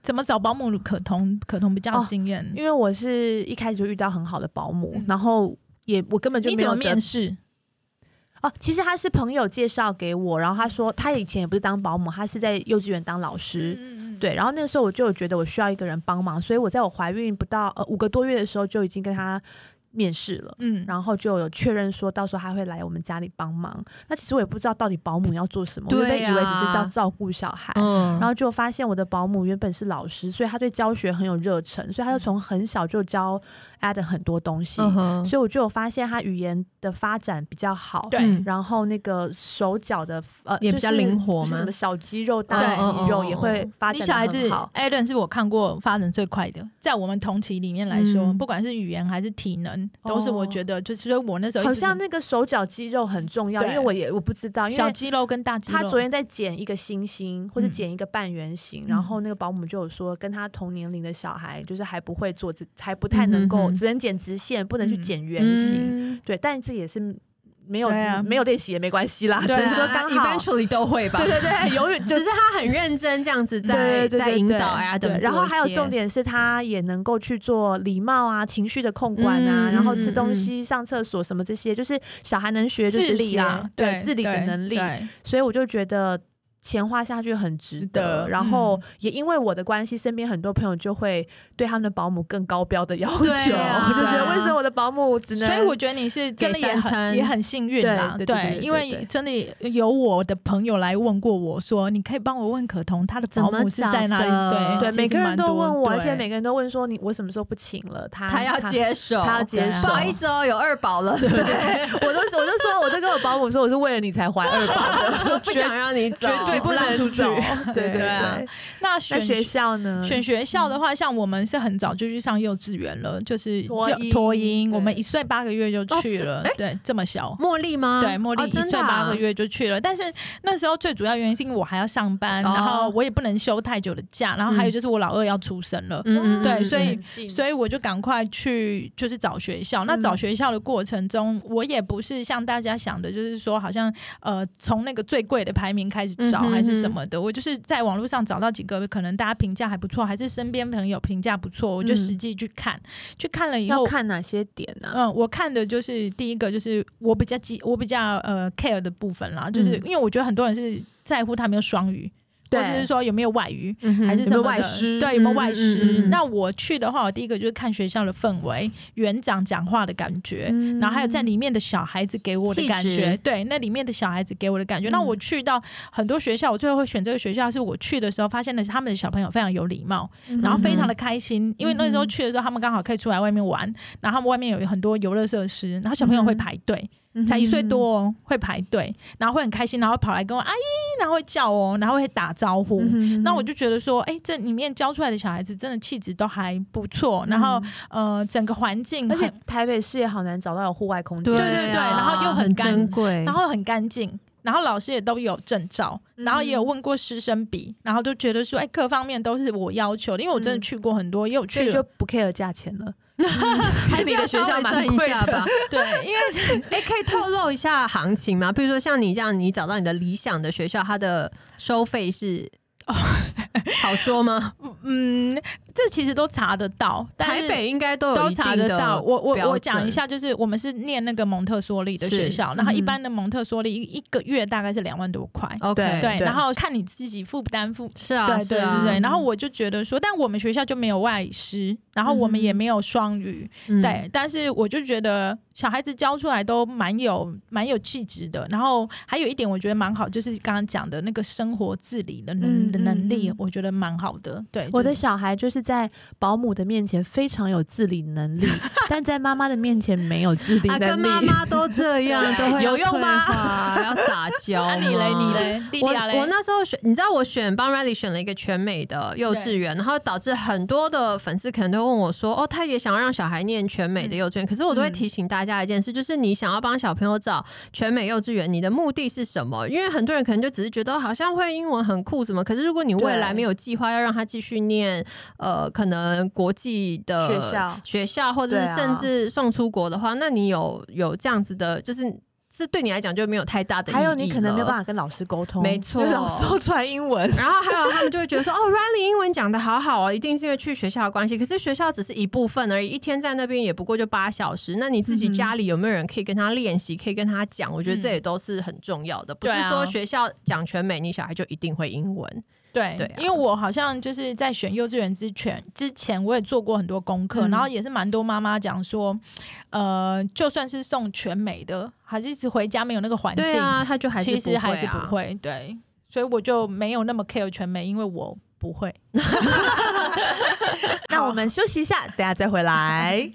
S2: 怎么找保姆可通可通比较有经验？
S1: 因为我是一开始就遇到很好的保姆，
S2: 嗯
S1: 然后也我根本就
S2: 你
S1: 没
S2: 怎
S1: 有得
S2: 么面试？
S1: 哦，其实他是朋友介绍给我，然后他说他以前也不是当保姆，他是在幼稚园当老师。
S2: 嗯嗯，
S1: 对，然后那个时候我就有觉得我需要一个人帮忙，所以我在我怀孕不到呃五个多月的时候就已经跟他面试了，
S2: 嗯，
S1: 然后就有确认说到时候他会来我们家里帮忙。那其实我也不知道到底保姆要做什么，我原本
S3: 对
S1: 以
S3: 啊
S1: 为只是要照顾小孩，
S3: 嗯
S1: 然后就发现我的保姆原本是老师，所以他对教学很有热忱，所以他就从很小就教 Adam 很多东西，
S3: 嗯哼
S1: 所以我就有发现他语言的发展比较好，
S2: 对
S3: 嗯
S1: 然后那个手脚的呃
S3: 也比较灵活
S1: 嘛，就是
S3: 嘛
S1: 什么小肌肉、大
S2: 对嗯
S1: 肌肉也会发
S2: 你
S1: 展
S2: 小孩
S1: 的
S2: 子
S1: 很好。
S2: Allen 是我看过发展最快的，在我们同期里面来说，
S1: 嗯
S2: 不管是语言还是体能，分，都是我
S1: 哦
S2: 觉得就是我那时候一
S1: 好
S2: 直
S1: 像那个手脚肌肉很重要，因
S2: 对
S1: 为我也我不知道，因
S2: 小
S1: 为
S2: 肌肉跟大肌肉。
S1: 他昨天在剪一个星星或者
S2: 嗯
S1: 剪一个半圆形，
S2: 嗯
S1: 然后那个保姆就有说，跟他同年龄的小孩就是还不会做直，还不太能
S3: 嗯
S1: 够，
S3: 哼哼
S1: 只能剪直线，不能去剪圆形。
S3: 嗯，
S1: 对，但这也是没有、
S2: 对啊
S1: 没有练习也没关系啦，只
S2: 对啊
S1: 是
S3: 说
S1: 说刚好。
S3: eventually 都会吧
S1: 对。对 对，永远就
S3: 只是他很认真这样子在
S1: 对对对对
S3: 在
S1: 对
S3: 引导 Adam 做
S1: 对
S3: 一些，
S1: 然后还有重点是，他也能够去做礼貌啊、情绪的控管啊，
S3: 嗯
S1: 然后吃
S3: 嗯
S1: 东
S3: 嗯
S1: 西、上厕所什么这些，就是小孩能学就
S2: 自
S1: 这
S2: 理
S1: 些
S2: 啊，
S1: 对自理的
S2: 对
S1: 能力。
S2: 对
S1: 所以我就觉得钱花下去很值得。
S2: 值得
S1: 然后
S2: 嗯
S1: 也因为我的关系，身边很多朋友就会对他们的保姆更高标的要求，
S3: 对啊
S1: 我就觉
S3: 对
S1: 得
S3: 啊
S1: 为什么我的保姆只能？
S2: 所以我觉得你是真的也
S3: 给三
S2: 很
S3: 餐
S2: 也很幸运啦，
S1: 对对对对对
S2: 因为真的有我的朋友来问过我说，你可以帮我问可彤她的保姆是在哪
S3: 怎么找
S2: 里？
S3: 的
S1: 对
S2: 对，
S1: 每个人都问我，而且每
S2: 个
S1: 个人都问说你我什么时候不请了？他
S3: 他要接手，
S1: 他要接
S2: 手
S3: 不好意思哦，有二宝了，对不对？
S1: 我都我就说我都跟我保姆说我是为了你才怀二宝的，
S3: 不想让你走，
S2: 绝对不
S1: 不
S2: 让
S1: 能
S2: 出去
S1: 走。对对
S2: 对啊
S1: 对，
S2: 那
S1: 那
S2: 选
S1: 学校呢？
S2: 选学校的话，像我们是很早就去上幼稚园了，就是
S1: 托
S2: 幼
S1: 婴
S2: 托婴，
S1: 对
S2: 我们一岁八个月就去
S3: 哦是
S2: 了
S3: 哎，
S2: 对，这么小。
S3: 茉莉吗？
S2: 对，茉莉
S3: 哦
S2: 一岁八个，月就去了，但是那时候最主要原因是因为我还要上班，
S3: 哦
S2: 然后我也不能休太久的假，然后还有
S3: 嗯
S2: 就是我老二要出生了，
S3: 真的啊嗯嗯，
S2: 对
S3: 嗯
S2: 所以
S3: 嗯
S2: 所以我就赶快去，就是找学校。那
S3: 嗯
S2: 找学校的过程中，我也不是像大家想的，就是说好像呃从那个最贵的排名开始找
S3: 嗯哼
S2: 还是什么的。我就是在网络上找到几个可能大家评价还不错，还是身边朋友评价不错，我就
S1: 嗯
S2: 实际去看，去看了以
S1: 要
S2: 后。
S1: 看哪些点呢？
S2: 嗯，我看的就是第一个，就是我比较记，我比较呃 care 的部分啦，就是
S1: 嗯
S2: 因为我觉得很多人是在乎他有没有双语，或
S1: 对
S2: 者是说有没有外语，
S3: 嗯哼
S2: 还是什么
S1: 有没有外
S2: 的
S1: 师
S2: 对，有没有外师？
S3: 嗯嗯嗯嗯
S2: 那我去的话，我第一个就是看学校的氛围，园长讲话的感觉。
S1: 嗯
S2: 然后还有在里面的小孩子给我的感
S3: 气
S2: 觉
S3: 质，
S2: 对，那里面的小孩子给我的感觉。那
S1: 嗯
S2: 我去到很多学校，我最后会选这个学校，是我去的时候发现的是他们的小朋友非常有礼貌，嗯然后非
S1: 嗯
S2: 常的开心，因为那时候去的时候他们刚好可以出来外面玩，然后他们外面有很多游乐设施，然后小朋友会排队，
S1: 嗯
S2: 才一岁多，哦，会排队，然后会很开心，然后跑来跟我阿姨，然后会叫哦，然后会打招呼。
S1: 嗯
S2: 那我就觉得说，哎、这里面教出来的小孩子真的气质都还不错，然后、呃，整个环境
S1: 嗯而
S2: 很，
S1: 且台北市也好难找到有户外空间，啊
S2: 对对对然后又很
S3: 啊很
S2: 干
S3: 珍贵，
S2: 然后很干净，然后老师也都有证照，然后也有
S1: 嗯
S2: 问过师生比，然后就觉得说，哎、各方面都是我要求的，因为我真的
S1: 嗯
S2: 去过很多，也有
S1: 所
S2: 去
S1: 以
S2: 了
S1: 就不 care 价钱了。
S3: 还是要稍微算一下 吧。
S2: 对，因为
S3: 哎，可以透露一下行情吗？比如说像你这样，你找到你的理想的学校，它的收费是
S2: 哦
S3: 好说吗？
S2: 嗯，这其实都查得到，但
S3: 台
S2: 是
S3: 北应该都有
S2: 都
S3: 一
S2: 查
S3: 定
S2: 得
S3: 的
S2: 到。我我
S3: 标
S2: 我
S3: 准
S2: 讲一，下，就是我们是念那个蒙特梭利的学校，
S1: 是
S2: 然后一
S1: 嗯
S2: 般的蒙特梭利一一个月大概是两万多块。
S3: OK，
S2: 对，
S1: 对
S2: 然后看你自己负担负，
S3: 是哦啊，
S2: 对
S3: 是
S2: 对
S3: 啊
S2: 对对。然后我就觉得说，但我们学校就没有外师，然后我们也
S1: 嗯哼
S2: 没有双语，
S3: 嗯
S2: 对。但是我就觉得小孩子教出来都蛮有蛮有气质的。然后还有一点我觉得蛮好，就是刚刚讲的那个生活自理的能、
S1: 嗯
S2: 的能力
S1: 嗯嗯，
S2: 我觉得蛮好的。对，
S1: 我
S2: 就
S1: 的
S2: 是
S1: 小孩就是在保姆的面前非常有自理能 力，但在妈妈的面前没有自理
S3: 啊，跟
S1: 能力。
S3: 妈妈都这样，都会
S2: 有
S3: 要
S2: 用吗
S3: 退化？要撒娇吗、
S2: 啊你嘞你嘞，莉
S3: 我
S1: 啊
S2: 莉亚嘞，
S3: 我那时候选，你知道我选帮 Riley 选了一个全美的幼稚园，然后导致很多的粉丝可能都问我说：“哦，他也想要让小孩念全美的幼稚园。可是我都会
S2: 嗯
S3: 提醒大家一件事，就是你想要帮小朋友找全美幼稚园，你的目的是什么？因为很多人可能就只是觉得哦好像会英文很酷什么，可是如果你未
S1: 对
S3: 来没有计划要让他继续念呃，可能国际的
S1: 学校
S3: 学校或者
S1: 对
S3: 是
S1: 啊
S3: 甚至送出国的话，那你有有这样子的，就是。这对你来讲就没有太大的意义
S1: 还有你可能没有
S3: 了
S1: 办法跟老师沟通，
S3: 没错
S1: 因为老师都出来英文。
S3: 然后还有他们就会觉得说，哦，Riley 英文讲的好好哦，一定是因为去学校的关系。可是学校只是一部分而已，一天在那边也不过就八小时。那你自
S2: 嗯
S3: 己
S2: 哼
S3: 家里有没有人可以跟他练习，可以跟他讲？我觉得
S2: 嗯
S3: 这也都是很重要的，不
S2: 对
S3: 是
S2: 啊
S3: 说学校讲全美，你小孩就一定会英文。
S2: 对，
S3: 对啊
S2: 因为我好像就是在选幼稚园之前，之前我也做过很多功课，
S1: 嗯
S2: 然后也是蛮多妈妈讲说，呃，就算是送全美的，还是一直回家没有那个环境，
S3: 对啊，他就还是
S2: 其实
S3: 不
S2: 还
S3: 会
S2: 是不
S3: 啊。
S2: 会。对，所以我就没有那么 care 全美，因为我不会。
S1: 那我们休息一下，等下再回 来。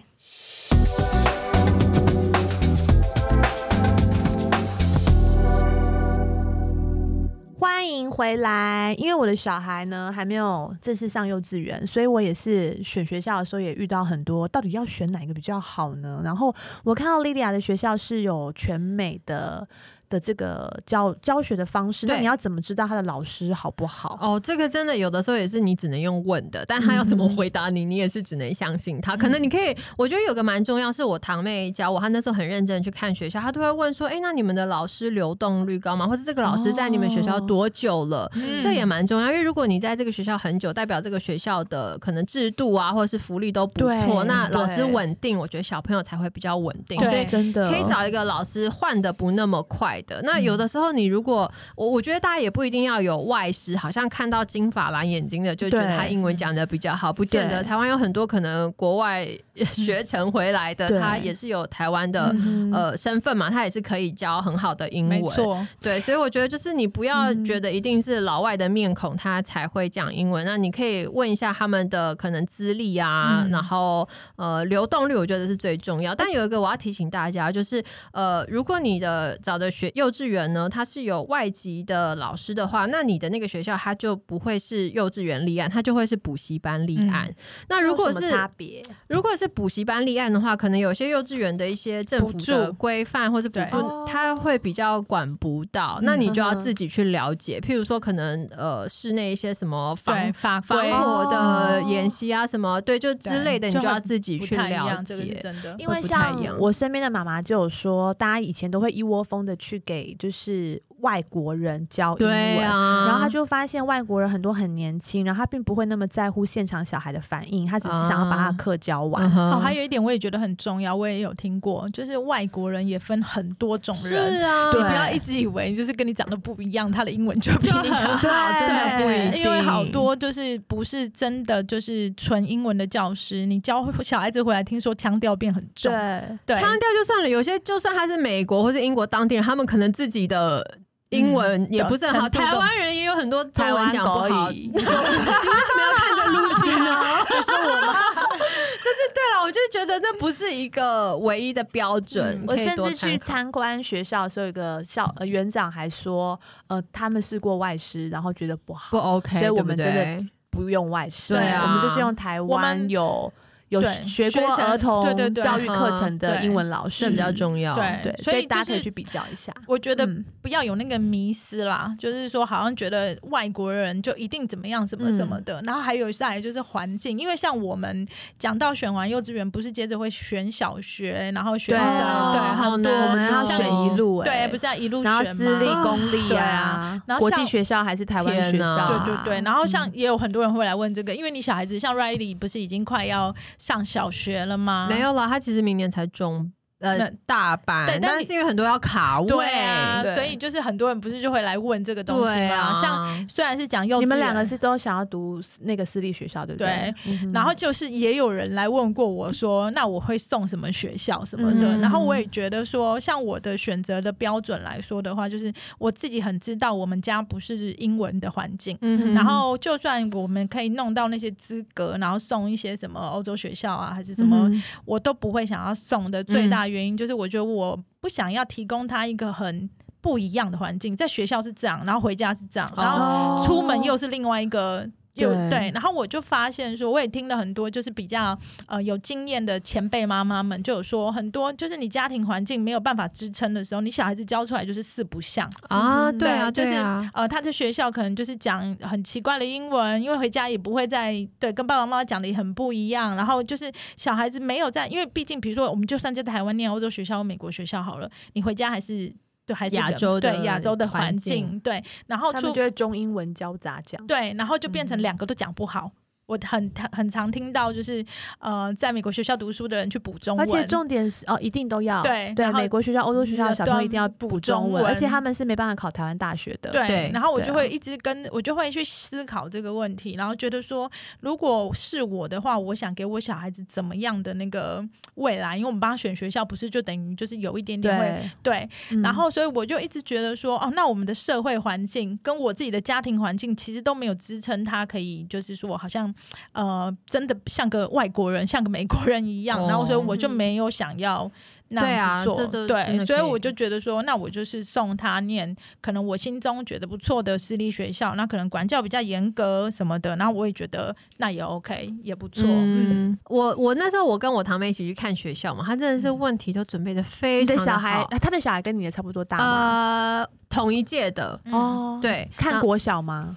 S1: 欢迎回来，因为我的小孩呢还没有正式上幼稚园，所以我也是选学校的时候也遇到很多，到底要选哪一个比较好呢？然后我看到莉莉亚的学校是有全美的的这个教教学的方式，那
S3: 对
S1: 你要怎么知道他的老师好不好？
S3: 哦，这个真的有的时候也是你只能用问的，但他要怎么回答你，你也是只能相信他。可能你可
S1: 嗯
S3: 以，我觉得有个蛮重要，是我堂妹教我，她那时候很认真去看学校，她都会问说：“哎、那你们的老师流动率高吗？或者这个老师在你们学
S1: 哦
S3: 校多久了？”
S1: 嗯
S3: 这也蛮重要，因为如果你在这个学校很久，代表这个学校的可能制度啊，或者是福利都不
S1: 对
S3: 错。那老师
S1: 对
S3: 稳定，我觉得小朋友才会比较稳定。
S2: 对
S3: 所以
S1: 哦真的
S3: 可以找一个老师换的不那么快的。那有的时候你如果我我觉得大家也不一定要有外师，好像看到金发蓝眼睛的就觉
S1: 对
S3: 得他英文讲的比较好，不见得。
S1: 对
S3: 台湾有很多可能国外学成回来
S1: 嗯对
S3: 的，他也是有台湾的。
S1: 嗯哼
S3: 呃，身份嘛，他也是可以教很好的英
S2: 没
S3: 文，
S2: 错，
S3: 对，所以我觉得就是你不要
S1: 嗯
S3: 觉得一定是老外的面孔他才会讲英文，那你可以问一下他们的可能资历啊，
S2: 嗯
S3: 然后呃流动率，我觉得是最重要。但有一个我要提醒大家，就是呃，如果你的找的学幼稚园呢，它是有外籍的老师的话，那你的那个学校它就不会是幼稚园立案，它就会是补习班立案。那如
S1: 嗯
S3: 果
S1: 有什么
S3: 是
S1: 差别，
S3: 如果是补习班立案的话，可能有些幼稚园的一些政府
S2: 补助
S3: 的规范或是补
S1: 对哦
S3: 助，它会比较管不到
S2: 嗯，
S3: 那你就要
S1: 嗯哼
S3: 自己去了解。譬如说，可能呃室内一些什么
S2: 对
S3: 防
S2: 法
S3: 防
S2: 规
S1: 哦
S3: 火的演习啊，什么对就之类的，
S2: 对
S3: 你就要自己
S2: 不
S3: 去
S2: 太一
S3: 了
S2: 样，这个是
S3: 解。嗯
S2: 真的。
S1: 因为
S3: 会不太
S1: 像
S3: 一样
S1: 我身边的妈妈就有说，大家以前都会一窝蜂的去给就是外国人教英文，
S3: 对啊，
S1: 然后他就发现外国人很多很年轻，然后他并不会那么在乎现场小孩的反应，他只是想要把他的课教完。
S3: 嗯哼
S2: 哦，还有一点我也觉得很重要，我也有听过，就是外国人也分很多种人，
S3: 是啊，
S2: 你
S1: 对
S2: 不要一直以为就是跟你长得不一样，他的英文就比
S3: 就
S2: 你
S3: 很
S2: 好。
S3: 好，啊真的不一定，
S2: 因为好多就是不是真的就是纯英文的教师，你教小孩子回来，听说腔调变很重，
S1: 对，
S2: 对，
S3: 腔调就算了，有些就算他是美国或是英国当地人，他们可能自己的。英文也不是很好，
S2: 嗯程度都
S3: 台湾人也有很多中文讲不好。你
S1: 就
S3: 为什么要看着露西呢？不是我吗？就是对啊了，我就觉得那不是一个唯一的标准。
S1: 嗯我
S3: 可以
S1: 甚
S3: 多
S1: 至去
S3: 参考
S1: 参观学校的时候，有一个校呃园长还说，呃，他们试过外师，然后觉得不
S3: 不
S1: 好，
S2: 哎
S3: OK，
S1: 所以我们
S3: 对不对
S1: 真不用外师，
S3: 对啊
S1: 我们就是用台
S2: 我们
S1: 湾有有
S2: 对
S1: 学
S2: 学
S1: 过
S2: 成
S1: 儿童
S2: 对对对
S1: 教育课
S3: 嗯
S1: 程的
S2: 对
S1: 英文老师，
S3: 这比较重要。
S2: 对
S1: 对，
S2: 所
S1: 所
S2: 以
S1: 以大家
S2: 就
S1: 可以
S2: 是
S1: 去比较一下。
S2: 我觉得
S1: 嗯
S2: 不要有那个迷思啦，就是说好像觉得外国人就一定怎么样什么什么的，然后还有再来就是环境，因为像我们讲到选完幼稚园，不是接着会选小学，然后选
S1: 对
S2: 的
S1: 啊
S2: 对
S3: 哦好
S2: 很多
S3: 难
S1: 我们要
S3: 哦
S2: 像
S1: 选一路、欸，
S2: 对，不是要一路选
S1: 然后
S2: 吗？
S1: 私立、公立
S2: 对
S1: 啊
S2: 啊，然后
S1: 国际
S2: 像
S1: 学校还是台湾学校、
S3: 天哪
S2: 对
S1: 啊，
S2: 对对，然后像也有很多人会来问这个，因为你小孩子像 Riley 不是已经快要上小学了吗？
S3: 没有了，他其实明年才中
S2: 啊那
S3: 呃大班
S2: 对，但
S3: 但
S2: 你
S3: 是因为很多要卡位，
S2: 对啊，
S1: 对
S2: 所以就是很多人不是就会来问这个东西
S3: 对
S2: 吗？
S3: 啊，
S2: 像虽然是讲幼稚园，
S1: 你们两个是都想要读那个私立学校，对不对？嗯哼
S2: 然后就是也有人来问过我说，那我会送什么学校什么的。
S1: 嗯
S2: 然后我也觉得说，像我的选择的标准来说的话，就是我自己很知道我们家不是英文的环境。
S3: 嗯哼
S2: 然后，就算我们可以弄到那些资格，然后送一些什么欧洲学校啊，还是什么，
S1: 嗯
S2: 我都不会想要送的。最大原因就是，我觉得我不想要提供他一个很不一样的环境，在学校是这样，然后回家是这样，然后
S1: 哦
S2: 出门又是另外一个。又
S1: 对
S2: 对，然后我就发现说，我也听了很多，就是比较呃有经验的前辈妈妈们就有说，很多就是你家庭环境没有办法支撑的时候，你小孩子教出来就是四不像。
S3: 啊，
S1: 嗯
S3: 对啊，
S2: 就是
S3: 对啊，
S2: 呃，他在学校可能就是讲很奇怪的英文，因为回家也不会再对跟爸爸妈妈讲的也很不一样。然后就是小孩子没有在，因为毕竟比如说我们就算在台湾念欧洲学校、美国学校好了，你回家还是对还是
S3: 亚
S2: 人
S3: 洲的
S2: 对亚洲的
S3: 环
S2: 环
S3: 境
S2: 境对，然后
S1: 他
S2: 出
S1: 们就会中英文交杂讲，
S2: 对，然后就变成
S1: 嗯
S2: 两个都讲不好。我很很常听到，就是呃，在美国学校读书的人去补中
S1: 而
S2: 文，
S1: 且重点是哦，一定都要
S2: 对
S1: 对，
S2: 然后
S1: 美国学校、欧洲学校的小朋友一定要补中
S2: 补中
S1: 文，
S2: 文
S1: 而且他们是没办法考台湾大学的，
S2: 对，
S3: 对
S2: 然后我
S1: 对
S2: 就
S1: 啊
S2: 会一直跟我就会去思考这个问题，然后觉得说，如果是我的话，我想给我小孩子怎么样的那个未来？因为我们帮他选学校，不是就等于就是有一点点会
S1: 对，
S2: 对，
S1: 嗯
S2: 然后所以我就一直觉得说，哦，那我们的社会环境跟我自己的家庭环境其实都没有支撑他可以，就是说好像呃，真的像个外国人，像个美国人一样。
S3: 哦
S2: 然后所以我就没有想要那样子
S3: 对
S2: 做
S3: 啊这。就真的
S2: 对，所以
S3: 可以
S2: 我就觉得说，那我就是送他念可能我心中觉得不错的私立学校，那可能管教比较严格什么的，那我也觉得那也 OK，也不错。嗯，
S3: 嗯，我我那时候我跟我堂妹一起去看学校嘛，她真的是问题都准备的非
S1: 嗯你
S3: 常
S1: 的
S3: 地
S1: 小孩
S3: 好，
S1: 他的小孩跟你的差不多大吗？
S3: 呃，同一届的，
S2: 嗯，
S1: 哦，，
S3: 对，
S1: 看
S3: 那
S1: 国小吗？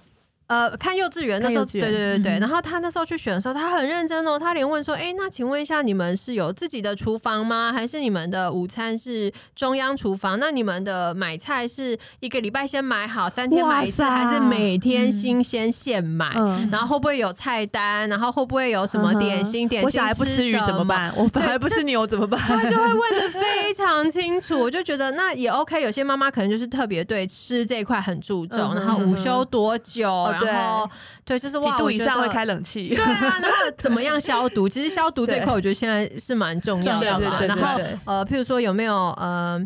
S3: 呃，看幼稚园那时候，
S1: 看幼
S3: 对
S1: 稚园
S3: 对对
S2: 嗯
S3: 对。然后他那时候去选的时候，他很认真哦，他连问说：“哎，那请问一下，你们是有自己的厨房吗？还是你们的午餐是中央厨房？那你们的买菜是一个礼拜先买好，三天买一次，
S1: 哇塞
S3: 还是每天
S2: 嗯
S3: 新鲜现买？
S1: 嗯，
S3: 然后会不会有菜单？然后会不会有什么点心？点心
S1: 我小孩不吃鱼
S3: 什
S1: 怎么
S3: 么？
S1: 办？我反
S3: 对
S1: 而不
S3: 就
S1: 吃牛怎么办？
S3: 他就会问的非常清楚， 我就觉得那也 OK。有些妈妈可能就是特别对吃这一块很注重，
S1: 嗯哼嗯哦
S3: 然后午休多久，
S1: 对
S3: 然后对，就是
S1: 几
S3: 哇，
S1: 度
S3: 我
S1: 以
S3: 觉
S1: 上
S3: 得
S1: 会开冷气
S3: 对。啊，然后怎么样 消毒？其实消毒这一
S1: 对
S3: 块，我觉得现在是蛮重要的
S2: 重要
S3: 嘛。
S2: 对对
S3: 然
S2: 对
S3: 后
S1: 对
S3: 呃，譬如说有没有呃。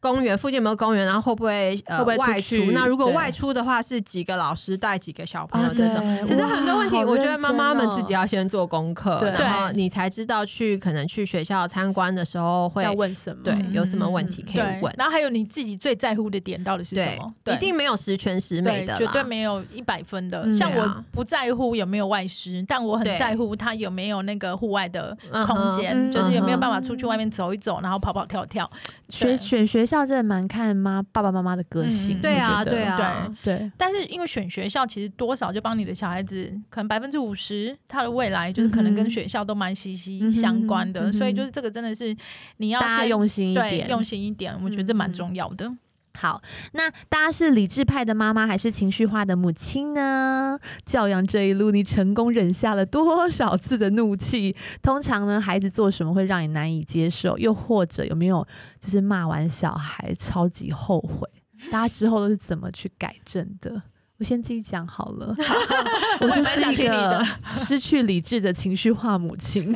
S3: 公园附近有没有公园？然后会不会呃
S1: 会不会出
S3: 外出
S1: 去？
S3: 那如果
S1: 对
S3: 外出的话，是几个老师带几个小朋友
S1: 啊
S3: 这种？
S1: 对
S3: 其实
S1: 哇
S3: 很多问题，
S1: 好
S3: 我觉得
S1: 认
S3: 妈妈们
S1: 真哦
S3: 自己要先做功课，
S1: 对
S3: 然后你才知道去可能去学校参观的时候会
S1: 要问什么？
S3: 对有什么问题
S1: 嗯
S3: 可
S2: 对
S3: 以问。
S2: 然后还有你自己最在乎的点到底是什
S3: 对
S2: 么？，对
S3: 一定没有十全十美
S2: 对，
S3: 的啦，
S2: 绝对没有一百分的。
S1: 嗯
S2: 像
S3: 对啊
S2: 我不在乎有没有外师，但我很
S3: 对
S2: 在乎他有没有那个户外的
S3: 嗯哼
S2: 空间，
S1: 嗯
S2: 就是有没有
S3: 嗯哼
S2: 办法出去外面走一走，然后跑跑跳跳。
S1: 选
S2: 对
S1: 选学校真的蛮看妈爸爸妈妈的个性。
S2: 嗯
S3: 对啊，
S1: 我觉得
S3: 对啊，
S1: 对，
S2: 但是因为选学校，其实多少就帮你的小孩子，可能百分之五十他的未来就是可
S1: 嗯
S2: 能跟
S1: 哼
S2: 学校都蛮息息
S1: 嗯哼
S2: 相关的，
S1: 嗯哼
S2: 所以就是这个真的是你要
S1: 大家
S2: 先
S1: 用心一
S2: 对
S1: 点，
S2: 用心一点，我觉得这蛮重要的。
S1: 好，那大家是理智派的妈妈，还是情绪化的母亲呢？教养这一路，你成功忍下了多少次的怒气？通常呢，孩子做什么会让你难以接受？又或者有没有就是骂完小孩超级后悔？大家之后都是怎么去改正的？我先自己讲好 了，我
S3: 也
S1: 就
S3: 蛮
S1: 是
S3: 想
S1: 一
S3: 听你
S1: 个
S3: 的
S1: 失去理智的情绪化母 亲，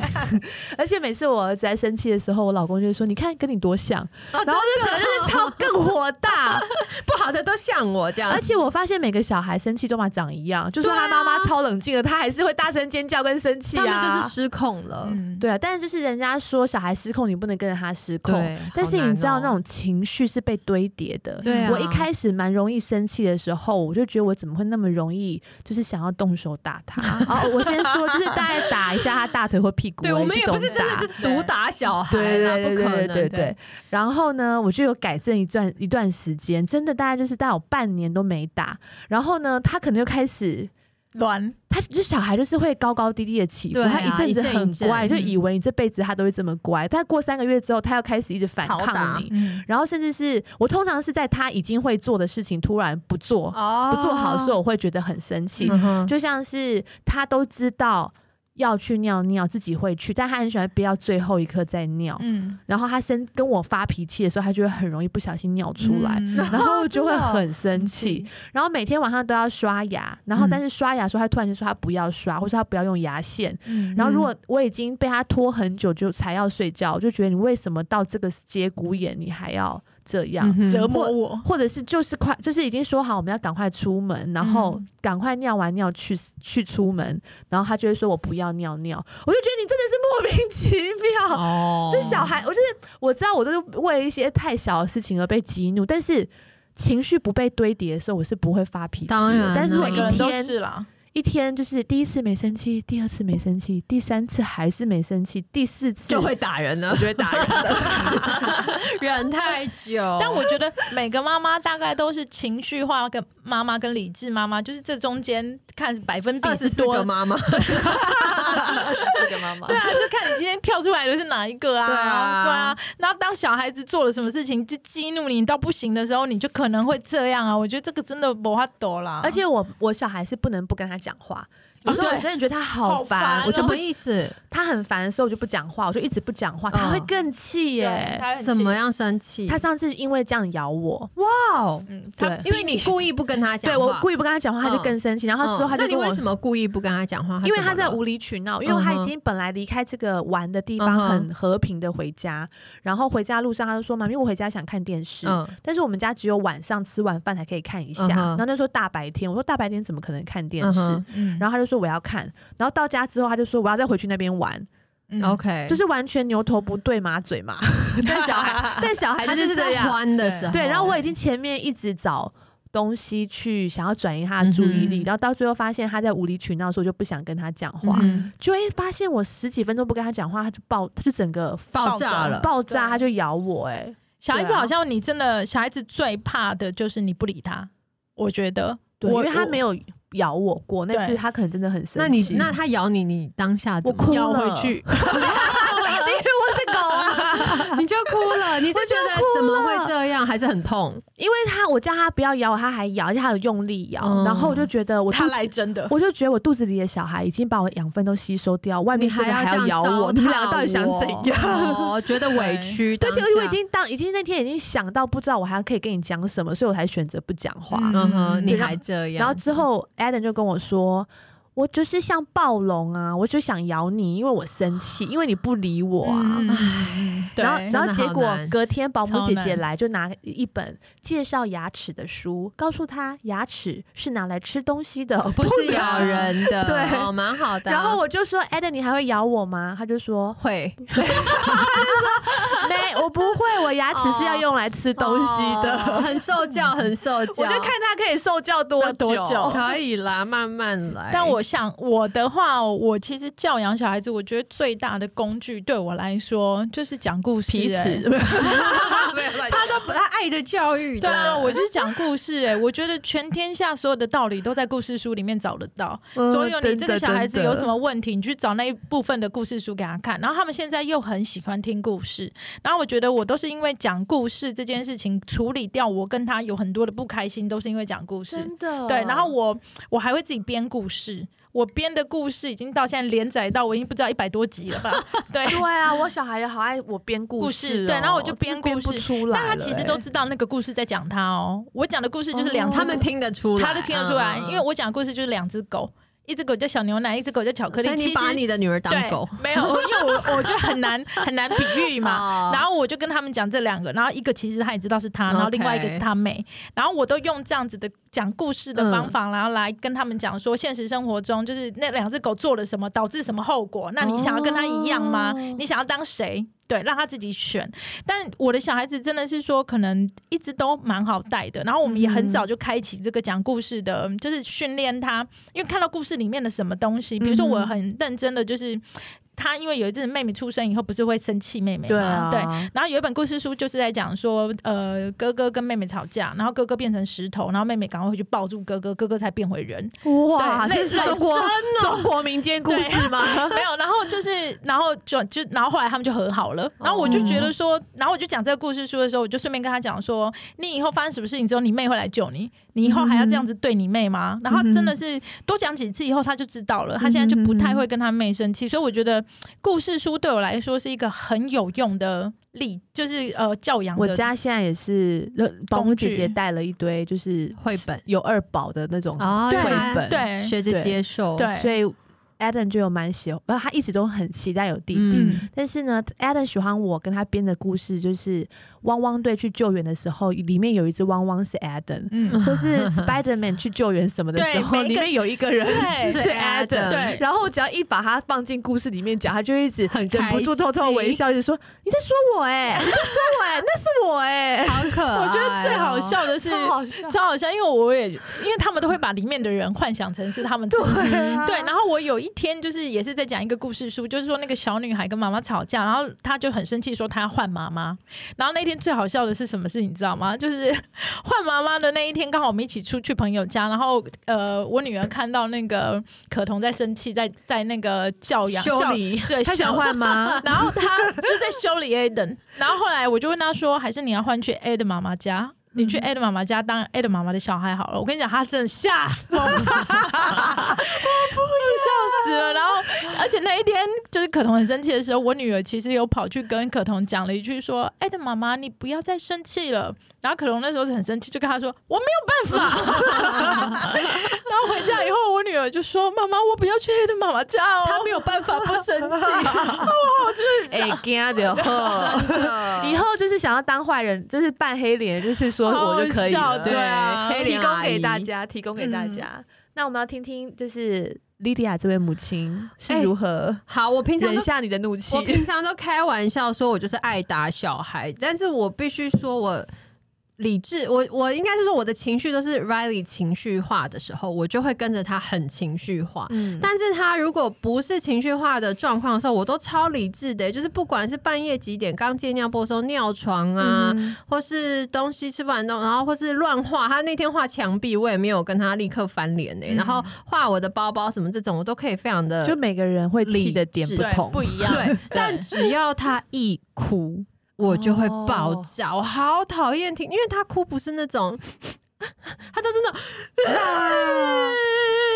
S1: 而且每次我儿子在生气的时候，我老公就会说：“你看，跟你多像。”
S3: 啊
S1: 然后就整个就是
S3: 哦
S1: 超更火大，
S3: 不好的都像我这样
S1: 而，且我发现每个小孩生气都嘛长一样，就说
S3: 对啊
S1: 他妈妈超冷静的，他还是会大声尖叫跟生气
S3: 他们
S1: 啊，
S3: 就是失控了。
S2: 嗯，
S1: 对啊，但是就是人家说小孩失控，你不能跟着他失控。
S3: 对，
S1: 但是
S3: 好难
S1: 你知道
S3: 哦
S1: 那种情绪是被堆叠的。
S3: 对啊，
S1: 我一开始蛮容易生气的时候，我就觉得我怎么会那么容易，就是想要动手打他。 哦，我先说，就是大概打一下他大腿或屁股而已，
S3: 对我们也
S1: 这种
S3: 不是真的
S1: 打
S3: 就是毒打小孩
S1: 对
S3: 啦，
S1: 对对
S3: 不可
S1: 对
S3: 能
S1: 对
S3: 的
S1: 对。然后呢，我就有改正一段一段时间，真的大概就是大概有半年都没打。然后呢，他可能就开始。
S2: 乱
S1: 他就小孩就是会高高低低的起伏，
S3: 对啊
S1: 他一阵子很乖，
S3: 一
S1: 就
S2: 阵一阵
S1: 以为你这辈子他都会这么乖，但过三个月之后，他要开始一直反
S3: 讨打
S1: 抗你，
S2: 嗯。
S1: 然后甚至是我通常是在他已经会做的事情突然不做，
S3: 哦
S1: 不做好的时候，我会觉得很生气，
S3: 嗯哼
S1: 就像是他都知道要去尿尿，自己会去，但他很喜欢憋到最后一刻再尿，
S2: 嗯，
S1: 然后他生跟我发脾气的时候，他就会很容易不小心尿出来，
S2: 嗯
S1: 然后就会
S3: 真的哦
S1: 很生 气。然后每天晚上都要刷牙，然后但是刷牙的时候，他突然间说他不要刷，或是他不要用牙线。
S2: 嗯
S1: 然后如果我已经被他拖很久就才要睡觉，我就觉得你为什么到这个节骨眼你还要这样？
S3: 嗯哼
S2: 折磨我，
S1: 或者是就是快，就是已经说好我们要赶快出门，然后
S2: 嗯
S1: 赶快尿完尿去去出门，然后他就会说我不要尿尿，我就觉得你真的是莫名其妙。
S3: 哦
S1: 对小孩，我就是我知道，我都是为一些太小的事情而被激怒，但是情绪不被堆叠的时候，我是不会发脾气的。
S3: 当然啊
S1: 但是我
S2: 每
S1: 一
S2: 个人都
S1: 天
S2: 是啦，
S1: 一天就是第一次没生气，第二次没生气，第三次还是没生气，第四次
S3: 就会打人了，
S1: 就会打人。
S3: 忍太 久。
S2: 但我觉得每个妈妈大概都是情绪化跟妈妈跟理智妈妈，就是这中间看百分比
S3: 二
S2: 是
S3: 十四
S2: 多
S3: 个妈妈，二十四个妈妈
S2: 对啊，就看你今天跳出来的是哪一个啊？
S3: 对啊
S2: 对啊。然后当小孩子做了什么事情就激怒你到不行的时候，你就可能会这样啊。我觉得这个真的无法躲啦。
S1: 而且我我小孩是不能不跟他讲话。有时候我
S2: 对
S1: 真的觉得他好
S2: 好
S1: 烦，
S2: 烦
S1: 我
S2: 哦
S1: 就
S3: 什
S1: 不
S3: 么意思？
S1: 他很烦的时候我就不讲话，我就一直不讲话，他
S3: 嗯
S1: 会更气
S2: 对啊
S1: 耶。
S2: 他很
S3: 怎么
S2: 气
S3: 样生气？
S1: 他上次因为这样咬我，
S3: 哇哦，
S2: 嗯，他
S1: 对，
S3: 因为你故意不跟他讲
S1: 对
S3: 话，
S1: 我故
S3: 意。
S1: 意不跟他讲话，他就更生气，然后之后他就
S3: 那你
S1: 跟我
S3: 为什么故意不跟他讲话？
S1: 因为他
S3: 怎么
S1: 在
S3: 了
S1: 无理取闹，因为他
S3: 嗯
S1: 已
S3: 哼
S1: 经本来离开这个玩的地方，
S3: 嗯哼
S1: 很和平的回家，然后回家路上他就说：“妈咪，我回家想看电视。
S3: 嗯
S1: 但是我们家只有晚上吃完饭才可以看一下。
S3: 嗯哼
S1: 然后那时候大白天，我说大白天怎么可能看电
S3: 嗯
S1: 视？
S3: 哼
S2: 嗯，
S1: 然后他就说我要看，然后到家之后他就说我要再回去那边玩。
S2: 嗯
S3: OK，
S1: 就是完全牛头不对马嘴 嘛。但小 孩，但小孩
S3: 他
S1: 就是是这
S3: 在
S1: 样。
S3: 欢的时候，哎
S1: 对，然后我已经前面一直找东西去想要转移他的注意力，
S2: 嗯
S1: 然后到最后发现他在无理取闹的时候，我就不想跟他讲话，
S3: 嗯
S1: 就会发现我十几分钟不跟他讲话，他就爆，他就整个嗯
S3: 爆炸了，
S1: 爆炸，
S2: 对
S1: 他就咬我、哎，
S2: 小孩子
S1: 对啊
S2: 好像你真的小孩子最怕的就是你不理他，我觉得，
S1: 对，因
S2: 我
S1: 为他没
S2: 有
S1: 有咬我过，那次
S2: 对
S1: 他可能真的很生气。
S3: 那你
S1: 因为
S3: 那他咬你，你当下怎
S1: 我
S3: 么
S1: 哭
S2: 要
S1: 了
S2: 回去，
S1: 我是狗啊，
S3: 你就哭了，你是觉得怎么会这样，还是很痛？
S1: 因为他我叫他不要咬我，他还咬，而且他有用力咬，
S3: 嗯
S1: 然后我就觉得我肚
S2: 他来真的，
S1: 我就觉得我肚子里的小孩已经把我养分都吸收掉，外面
S3: 你
S1: 这个
S3: 要这
S1: 还要
S3: 样
S1: 咬我，
S3: 糟
S1: 你们
S3: 蹋
S1: 两个到底想
S3: 我
S1: 怎 样？？
S3: 哦，觉得委屈，
S1: 对，
S3: 当
S1: 且
S3: 下
S1: 我已经当已经那天已经想到不知道我还可以跟你讲什么，所以我才选择不讲话。
S2: 嗯
S3: 嗯哼，你
S1: 对然后
S3: 还这样，
S1: 然后之后 Adam 就跟我说。我就是像暴龙啊，我就想咬你，因为我生气，因为你不理我啊。
S2: 嗯嗯嗯对，
S1: 然后，然后
S3: 真的
S1: 结
S3: 好
S1: 果
S3: 难
S1: 隔天保姆
S2: 超
S1: 姐姐
S2: 难
S1: 来，就拿一本介绍牙齿的书，告诉她牙齿是拿来吃东西的，
S3: 不是咬人的，
S1: 对
S3: 哦，蛮好的 啊。
S1: 然后我就说：“Adam，你还会咬我吗？”他就 说
S3: 会
S1: 没，我不会，我牙齿是要用来吃东西的。
S3: 哦很受教，很受教。
S1: 我就看他可以受教多久。
S2: 多久
S3: 可以啦，慢慢来。
S2: 但我想我的话，哦我其实教养小孩子，我觉得最大的工具对我来说就是讲故事、
S1: 皮
S2: 欸
S1: 尺，
S3: 他都不他爱的教育的，
S2: 对啊，我就是讲故事哎、我觉得全天下所有的道理都在故事书里面找得到。
S1: 嗯
S2: 所有你这个小孩子有什？
S1: 真的真的
S2: 么问题，你去找那一部分的故事书给他看。然后他们现在又很喜欢听故事，然后我觉得我都是因为讲故事这件事情处理掉我跟他有很多的不开心，都是因为讲故事。
S1: 真
S3: 嗯
S1: 的
S2: 对，然后我我还会自己编故事。我编的故事已经到现在连载到我已经不知道一百多集 了吧？对，
S1: 对啊，我小孩也好爱我编故
S2: 故
S1: 事
S2: 事
S1: 哦，
S2: 对然后我就
S1: 真的
S2: 编
S1: 编
S2: 故
S1: 不
S2: 事
S1: 出来
S2: 但
S1: 了欸。
S2: 他其实都知道那个故事在讲他哦。我讲的故事就是两
S1: 哦
S2: 只
S3: 他们听得出来，
S2: 他都听得出来，
S3: 嗯
S2: 因为我讲的故事就是两只狗，一只狗叫小牛奶，一只狗叫巧克力
S3: 所。以
S2: 其
S3: 你
S2: 实
S3: 把你的女儿当
S2: 对
S3: 狗，
S2: 没有，因为我我就很难很难比喻 嘛。
S1: 啊
S3: 哦
S2: 然后我就跟他们讲这两个，然后一个其实他也知道是他，然后
S3: OK
S2: 另外一个是他妹，然后我都用这样子的讲故事的方法，然后来跟他们讲说，现实生活中就是那两只狗做了什么，导致什么后果，那你想要跟他一样吗？
S1: 哦
S2: 你想要当谁？对，让他自己选。但我的小孩子真的是说，可能一直都蛮好带的。然后我们也很早就开启这个讲故事的，
S1: 嗯
S2: 就是训练他，因为看到故事里面的什么东西，比如说我很认真的就是。他因为有一阵妹妹出生以后，不是会生气妹妹吗？
S1: 对啊，
S2: 对。然后有一本故事书就是在讲说，呃，哥哥跟妹妹吵架，然后哥哥变成石头，然后妹妹赶快回去抱住哥哥，哥哥才变回人。
S1: 哇，
S2: 对
S1: 这
S2: 类
S1: 是
S2: 类
S1: 中国
S2: 深哦啊
S1: 中国民间故事吗？
S2: 没有，然后就是，哦然后就就，然后后来他们就和好了。然后我就觉得说，然后我就讲这个故事书的时候，我就顺便跟他讲说，你以后发生什么事情之后，你妹会来救你，你以后还要这样子对你妹吗？然后真的是多讲几次以后，他就知道了，他现在就不太会跟他妹生气。所以我觉得故事书对我来说是一个很有用的力，就是呃教养
S1: 我
S2: 的。
S1: 家现在也是，呃保姆
S2: 工
S1: 姐
S2: 具
S1: 姐带了一堆，就是
S3: 绘本
S1: 有二宝的那种
S3: 哦
S1: 绘
S2: 原来
S1: 本，
S2: 对
S3: 学着
S1: 对
S3: 接受，
S2: 对
S1: 所以 Adam 就有蛮喜欢，呃，他一直都很期待有弟弟。
S2: 嗯，
S1: 但是呢，Adam 喜欢我跟他编的故事，就是汪汪队去救援的时候，里面有一只汪汪是 Adam，
S2: 嗯，
S1: 或 是 Spider Man 去救援什么的时候，
S2: 对每一
S1: 里
S2: 个
S1: 面有一个人
S2: 对
S1: 是
S3: 是
S1: Adam，,
S3: Adam
S2: 对
S1: 然后我只要一把他放进故事里面讲，他就一直
S3: 很
S1: 忍不住偷偷微笑，一直说你在说我哎、你在说我哎、那是我哎、
S3: 好可哦爱哦。
S2: 我觉得最好笑的是，
S1: 超好笑，
S2: 超好笑，因为我也因为他们都会把里面的人幻想成是他们自己。
S1: 对啊、
S2: 对，然后我有一天就是也是在讲一个故事书，就是说那个小女孩跟妈妈吵架，然后她就很生气说她要换妈妈。然后那天最好笑的是什么事，你知道吗？就是 换妈妈的那一天，刚好我们一起出去朋友家，然后呃，我女儿看到那个可彤在生气，在在那个教养
S3: 修
S2: 教
S3: 理
S2: 对，
S1: 他想
S2: 修
S1: 换 吗？
S2: 然后他就在修理 Aden，然后后来我就问他说，还是你要换去 Aden 妈妈家？你去 Aden 妈妈家当 Aden 妈妈的小孩好了。我跟你讲，他真的吓疯，我不笑死了。然后，而且那一天就是可彤很生气的时候，我女儿其实有跑去跟可彤讲了一句说：“Aden 妈妈，你不要再生气了。”然后可彤那时候很生气，就跟他说：“我没有办法。”然后回家以后，我女儿就说：“妈妈，我不要去 Aden 妈妈家哦。”
S3: 他没有办法不 生气，
S1: 哎，惊的吼！
S3: 真的
S1: 以后就是想要当坏人，就是扮黑脸，就是说我就可以
S2: 好好
S1: 了。
S2: 笑对啊
S3: 黑
S1: 提
S3: 脸
S1: 供
S3: 阿
S1: 给
S3: 姨
S1: 大家，提供给大家。那我们要听听，就是莉莉亚这位母亲是
S3: 哎
S1: 如何
S3: 好，我平常
S1: 忍
S3: 都
S1: 下你的怒气
S3: 我？平常都开玩笑说，我就是爱打小孩，但是我必须说我。理智，我我应该是说我的情绪都是 Riley 情绪化的时候，我就会跟着他很情绪化。
S1: 嗯，
S3: 但是他如果不是情绪化的状况的时候，我都超理智的、就是不管是半夜几点刚戒尿布的时候尿床啊，
S1: 嗯
S3: 或是东西吃不完弄，然后或是乱画。他那天画墙壁，我也没有跟他立刻翻脸呢、
S2: 嗯
S3: 然后画我的包包什么这种，我都可以非常的
S1: 就每个人会气的点
S3: 理
S1: 不
S3: 智
S2: 对，
S1: 同，
S2: 不一样。
S3: 对，但只要他一 哭，我就会爆炸。我好讨厌听，因为他哭不是那种，他都真的，
S1: 啊
S3: 哦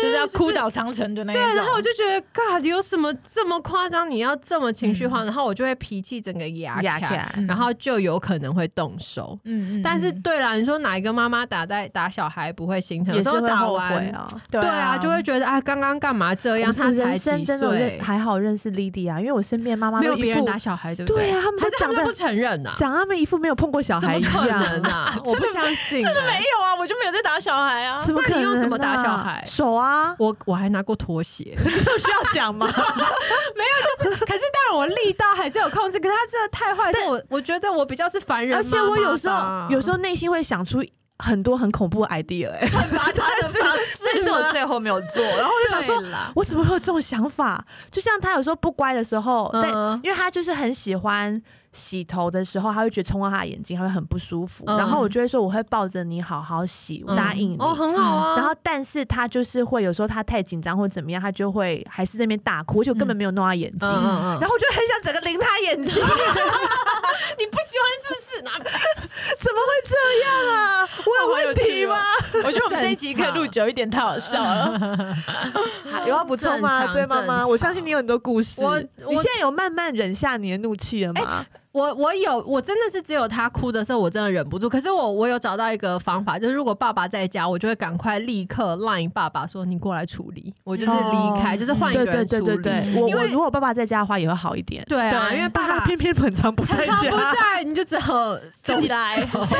S2: 就是要哭倒长城的那一种。
S3: 对，然后我就觉得，God，有什么这么夸张？你要这么情绪化，然后我就会脾气整个压
S1: 压
S3: 起
S1: 起来
S3: 来，然后就有可能会动手。
S2: 嗯嗯，
S3: 但是
S2: 嗯
S3: 对啦，你说哪一个妈妈打在打小孩不会心疼？
S1: 也
S3: 有
S1: 是
S3: 时候
S1: 会
S3: 打
S1: 后
S3: 完
S1: 悔，啊。
S2: 对
S3: 对啊，就会觉得啊，刚刚干嘛这样？
S1: 我
S3: 他才
S1: 人
S3: 几
S1: 生真的我
S3: 岁
S1: 认，还好认识莉莉啊，因为我身边的妈妈
S3: 没有
S1: 都一
S3: 别人
S1: 副
S3: 打小孩，对不
S1: 对啊，他们
S3: 还
S1: 都
S3: 是他
S1: 讲
S3: 们都
S1: 的
S3: 不承认 呐？
S1: 讲他们一副没有碰过小
S3: 怎
S1: 孩
S3: 么
S1: 一
S3: 可能
S1: 样。
S3: 啊！ 我不相信、
S2: 真的没有啊，我就没有在打小孩 啊。
S1: 怎么
S3: 那
S1: 可
S3: 你
S1: 能、啊？
S3: 用什么打小孩
S1: 手 啊，
S3: 我我还拿过拖 鞋，
S1: 有需要讲 吗？
S3: 可是当然我力道还是有控制，可是他真的太坏，但我我觉得我比较是凡人
S1: 而且我有时候有时
S3: 候
S1: 候内心会想出很多很恐怖的 idea 哎、欸，
S3: 惩罚他的方式
S1: 但是我最后没有做，然后我就想说。
S3: 说，
S1: 我怎么会有这种想法？就像他有时候不乖的时候，在、
S3: 嗯
S1: 因为他就是很喜欢洗头的时候，他会觉得冲到他的眼睛，他会很不舒服。
S3: 嗯
S1: 然后我就会说我会抱着你好好洗，我答应你。
S3: 哦，很好啊。
S1: 嗯然后，但是他就是会有时候他太紧张或怎么样，他就会还是在那边大哭，而且我根本没有弄他眼睛。
S3: 嗯嗯嗯
S1: 然后我就很想整个淋他眼睛，
S3: 你不喜欢是不 是？拿
S1: 怎么会这样啊？我有问题吗？
S2: 我觉得我们这一集可以录久一点，太好笑 了。
S1: 还 有要啊补充吗？
S3: 正常
S1: 追妈
S3: 正
S1: 妈，
S3: 常
S1: 我哎相信你有很多故事。
S3: 我
S1: 你
S3: 我
S1: 现在有慢慢忍下你的怒气了吗？
S3: 我我有，我真的是只有他哭的时候，我真的忍不住。可是我我有找到一个方法，就是如果爸爸在家，我就会赶快立刻 line 爸爸说你过来处理，我就是离开，
S1: 哦
S3: 就是换一个
S1: 对对
S3: 人处
S1: 对
S3: 理。
S1: 对对，我
S3: 因
S1: 我
S3: 为
S1: 如果爸爸在家的话也会好一点，
S3: 对啊，
S2: 对
S3: 因为爸
S1: 但
S3: 爸
S1: 他偏偏很常不
S3: 常
S1: 在
S3: 常不
S1: 家。
S3: 在，你就只好
S2: 自己来
S3: 动手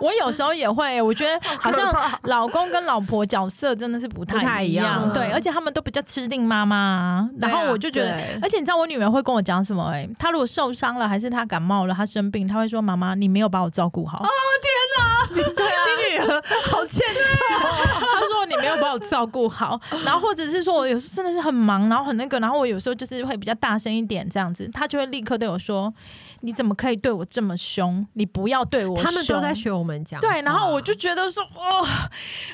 S2: 我有时候也会，我觉得好像老公跟老婆角色真的是不
S3: 不太
S2: 太
S3: 一
S2: 一
S3: 样嗯
S2: 对，而且他们都比较吃定妈妈啊。然后
S3: 对啊
S2: 我就觉得哎
S1: 对
S2: 而且你知道我女儿会跟我讲什么、欸？哎，她如果受伤了，还是她感冒了，她生病，她会说：“妈妈，你没有把我照顾好。
S1: 你女儿好欠
S2: 她说：“你没有把我照顾好。” 然后或者是说我有时候真的是很忙，然后很那个，然后我有时候就是会比较大声一点这样子，她就会立刻对我说：“你怎么可以对我这么凶？你不要对我凶。”
S3: 他们都在嗯学我们讲话。
S2: 对，然后我就觉得说，哦，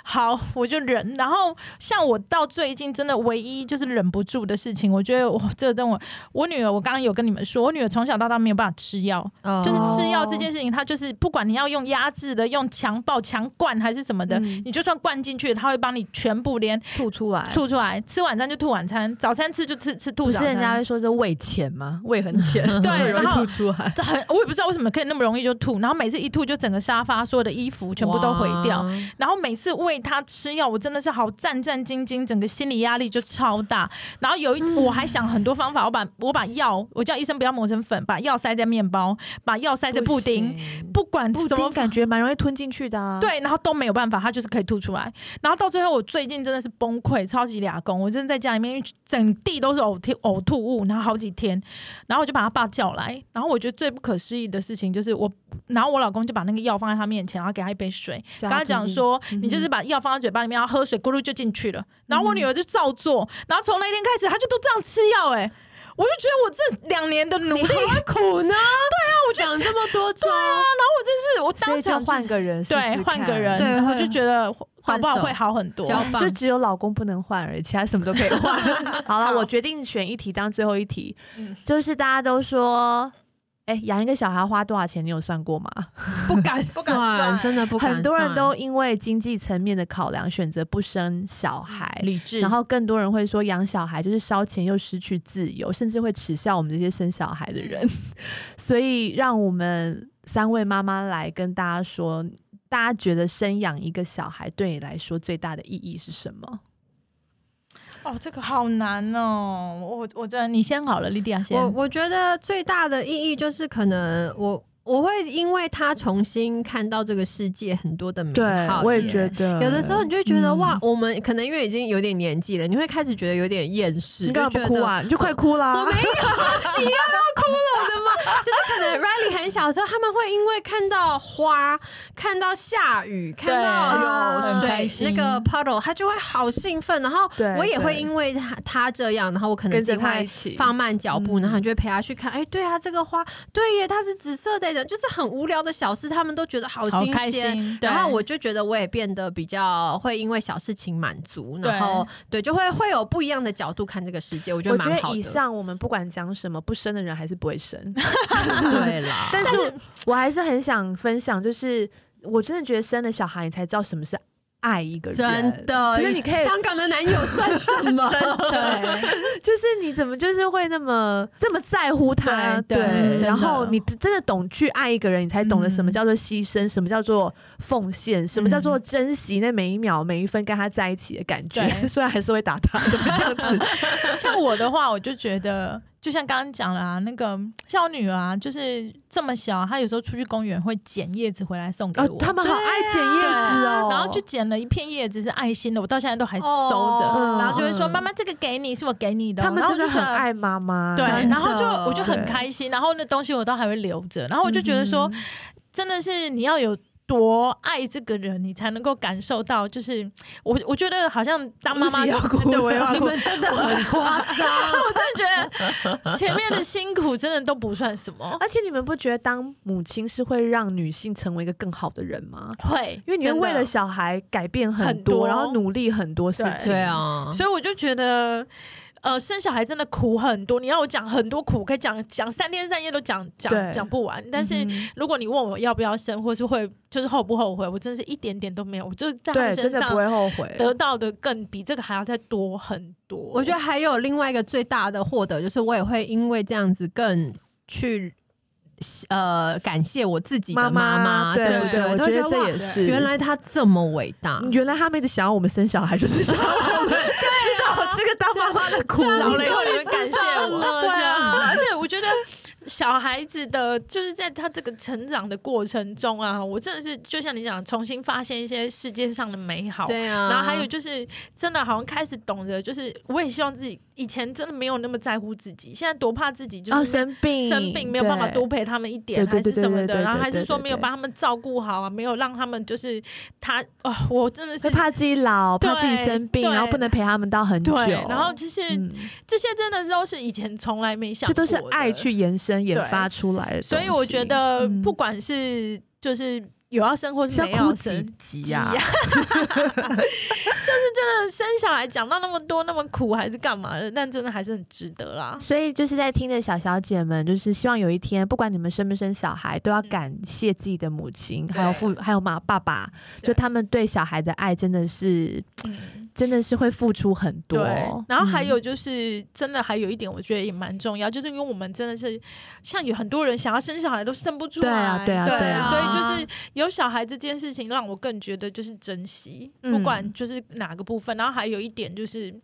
S2: 好，我就忍。然后像我到最近真的唯一就是忍不住的事情，我觉得我这个跟我我女儿，我刚刚有跟你们说，我女儿从小到大没有办法吃药，
S3: 哦
S2: 就是吃药这件事情，她就是不管你要用压制的、用强暴、强灌还是什么的，
S1: 嗯
S2: 你就算灌进去，她会帮你全部连
S1: 吐出来
S2: 吐出来，吃晚餐就吐晚餐，早餐吃就吃吃吐
S1: 不
S2: 早
S1: 是
S2: 餐。
S1: 人家会说是胃浅吗？胃很 浅，
S2: 对
S1: 很容易
S2: 然后
S1: 吐出来。
S2: 这很，我也不知道为什么可以那么容易就吐，然后每次一吐就整个沙发所有的衣服全部都毁掉，
S3: 哇
S2: 然后每次喂他吃药，我真的是好战战兢兢，整个心理压力就超大。然后有一、
S1: 嗯
S2: 我还想很多方法，我把我把药，我叫医生不要磨成粉，把药塞在面包，把药塞在布丁，不管
S1: 布
S2: 什么
S1: 丁感觉蛮容易吞进去的啊。，
S2: 对，然后都没有办法，他就是可以吐出来。然后到最后，我最近真的是崩溃，超级俩公，我真的在家里面，因为整地都是呕吐呕吐物，然后好几天，然后我就把他爸叫来，然后我觉得最不可思议的事情就是我，然后我老公就把那个药放在他面前，然后给他一杯水，跟他讲说，你就是把药放在嘴巴里面，然后喝水咕噜就进去了。然后我女儿就照做，然后从那一天开始，她就都这样吃药、欸，哎。我就觉得我这两年的努力，
S3: 你何苦呢？对啊，我讲这么多招，
S2: 是我
S1: 所
S2: 当
S1: 以就
S2: 场就是
S1: 换个人试试看，
S2: 对换个人，
S3: 对
S2: 然后
S3: 会
S2: 就觉得搞不好
S3: 换手
S2: 会好很多。
S3: 交棒
S1: 就只有老公不能换而已，其他什么都可以换。 好了，
S2: 好
S1: 我决定选一题当最后一题，就是大家都说，哎、养一个小孩花多少钱，你有算过吗？
S3: 不敢
S2: 不敢算
S3: 真的不敢算。嗯
S1: 很多人都因为经济层面的考量选择不生小孩。
S3: 嗯理智，
S1: 然后更多人会说养小孩就是烧钱又失去自由，甚至会耻笑我们这些生小孩的
S3: 嗯
S1: 人。 所以让我们三位妈妈来跟大家说，大家觉得生养一个小孩对你来说最大的意义是什么？
S2: 哦，这个好难哦！我我真的，你先好了，莉迪亚先。
S3: 我我觉得最大的意义就是，可能我我会因为他重新看到这个世界很多的美
S1: 对
S3: 好，，
S1: 我也觉。得
S3: 有的时候你就会觉得、
S1: 嗯
S3: 哇，我们可能因为已经有点年纪了，你会开始觉得有点厌世，
S1: 你
S3: 就
S1: 干嘛
S3: 觉
S1: 不
S3: 得
S1: 哭啊？你就快哭啦！
S3: 就是可能 Riley 很小的时候，他们会因为看到花、看到下雨、看到有
S1: 嗯
S2: 很开
S3: 水
S2: 心
S3: 那个 puddle，他就会好兴奋。然后
S1: 对
S3: 我也会
S1: 对
S3: 因为他他这样，然后我可能
S1: 跟
S3: 自
S1: 着
S3: 己
S1: 他
S3: 会
S1: 一起
S3: 放慢脚步，
S1: 嗯
S3: 然后你就会陪他去看。哎，对啊，这个花，对耶，它是紫色的，就是很无聊的小事，他们都觉得好
S2: 好
S3: 新
S2: 开
S3: 鲜。
S2: 心。对
S3: 然后我就觉得我也变得比较会因为小事情满足，
S2: 对
S3: 然后对就会会有不一样的角度看这个世界，我觉
S1: 我
S3: 得
S1: 觉
S3: 蛮好
S1: 得
S3: 的。
S1: 以上我们不管讲什么，不生的人还是不会生。
S3: 对啦，
S1: 啊但是我还是很想分享，就是我真的觉得生了小孩，你才知道什么是爱一个人。
S3: 真的，
S1: 就是你可以
S3: 香港的男友算什 么？
S2: 对，
S1: 就是你怎么就是会那么这么在乎他？
S2: 对对
S3: 真的
S1: 然后你真的懂去爱一个人，你才懂得
S2: 嗯
S1: 什么叫做牺牲，什么叫做奉献，什么叫做珍惜那每一秒每一分跟他在一起的感觉。
S2: 对
S1: 虽然还是会打他，怎么这样 子？
S2: 像我的话，我就觉得，就像刚刚讲了啊，那个像我女儿啊，就是这么小，她有时候出去公园会捡叶子回来送给
S1: 啊
S2: 我，，
S1: 他们好爱捡叶子哦，
S2: 啊然后就捡了一片叶子是爱心的，我到现在都还收着，
S1: 哦
S2: 然后就会说
S1: 嗯
S2: 妈妈这个给你，是我给你的哦、
S1: 他们
S2: 然后
S1: 真
S2: 我
S1: 的
S2: 就觉
S1: 很
S2: 得
S1: 爱妈妈。嗯
S2: 对，
S3: 真
S2: 然后就
S3: 的
S2: 我就很
S1: 对嗯
S2: 开心，然后那东西我都还会留着，然后我就觉得说，真的是你要有。多爱这个人，你才能够感受到，就是我，我觉得好像当妈妈
S1: 我也要哭
S2: 对我也要
S3: 你
S2: 哭，
S3: 们真的很夸张。
S2: 我真的觉得前面的辛苦真的都不算什么，
S1: 而且你们不觉得当母亲是会让女性成为一个更好的人吗？
S2: 会，
S1: 因为你会
S2: 真的
S1: 为了小孩改变
S2: 很
S1: 多，
S2: 多
S1: 然后努力很多事情。
S3: 对，啊，
S2: 所以我就觉得，呃，生小孩真的苦很多。你要我讲很多苦，可以讲讲三天三夜都讲
S1: 对
S2: 讲讲不完。但是
S1: 嗯
S2: 如果你问我要不要生，或是会就是后不后悔，我真的是一点点都没有。我就在他
S1: 对，
S2: 们
S1: 真的
S2: 身
S1: 不
S2: 上
S1: 会后悔。
S2: 得到的更比这个还要再多很多。
S3: 我觉
S2: 得
S3: 得还有另外一个最大的获得，就是我也会因为这样子更去呃感谢我自己
S1: 妈
S3: 的妈
S1: 对
S3: 对
S1: 不
S3: 不
S1: 对？我
S3: 都
S1: 觉得
S3: 会觉
S1: 这
S3: 哇
S1: 也是
S3: 原来他这么伟大。
S1: 原来他们一直想要我们生小孩，就是想要我们知道 这个当妈妈的苦。
S2: 老了以后你们感谢我，
S1: 对啊，
S2: 而且我觉得。小孩子的，就是在他这个成长的过程中啊，我真的是就像你讲，重新发现一些世界上的美好，
S3: 对啊，
S2: 然后还有就是，真的好像开始懂得，就是我也希望自己以前真的没有那么在乎自己，现在多怕自己就
S1: 哦，
S2: 是生
S1: 生病
S2: 生病没有办法
S1: 对
S2: 多陪他们一点，
S1: 对对
S2: 还是
S1: 对
S2: 什么
S1: 对对
S2: 的，
S1: 对
S2: 然后还是说
S1: 对对
S2: 没有把他们照顾好啊，没有让他们就是他哦，我真的是
S1: 会怕自己老，
S2: 对
S1: 怕自己生病，
S2: 对
S1: 然后不能陪他们到很久。
S2: 对，然后就是
S1: 嗯，
S2: 这些真的都是以前从来没想
S1: 这
S2: 过
S1: 都
S2: 的，
S1: 是爱去延伸研
S2: 对
S1: 发出来的东西。
S2: 所以我觉得
S1: 嗯
S2: 不管是就是有要生或是
S1: 像
S2: 嗯没
S1: 哭
S2: 有
S1: 几
S2: 生，啊
S1: 集
S2: 呀、
S1: 呀，
S2: 生小孩讲到那么多那么苦还是干嘛的，但真的还是很值得啦。
S1: 所以就是在听的小小姐们，就是希望有一天，不管你们生不生小孩，都要
S2: 嗯
S1: 感谢自己的母亲，还有父，还有妈爸爸，
S2: 对
S1: 就他们对小孩的爱真的是，
S2: 嗯，
S1: 真的是会付出很多嗯
S2: 对。。然后还有就是，真的还有一点，我觉得也蛮重要，就是因为我们真的是像有很多人想要生小孩都生不出来，
S1: 对啊对啊
S3: 对啊
S2: 所以就是有小孩这件事情让我更觉得就是珍惜，
S1: 嗯
S2: 不管就是哪个部分。然后还有一点就是，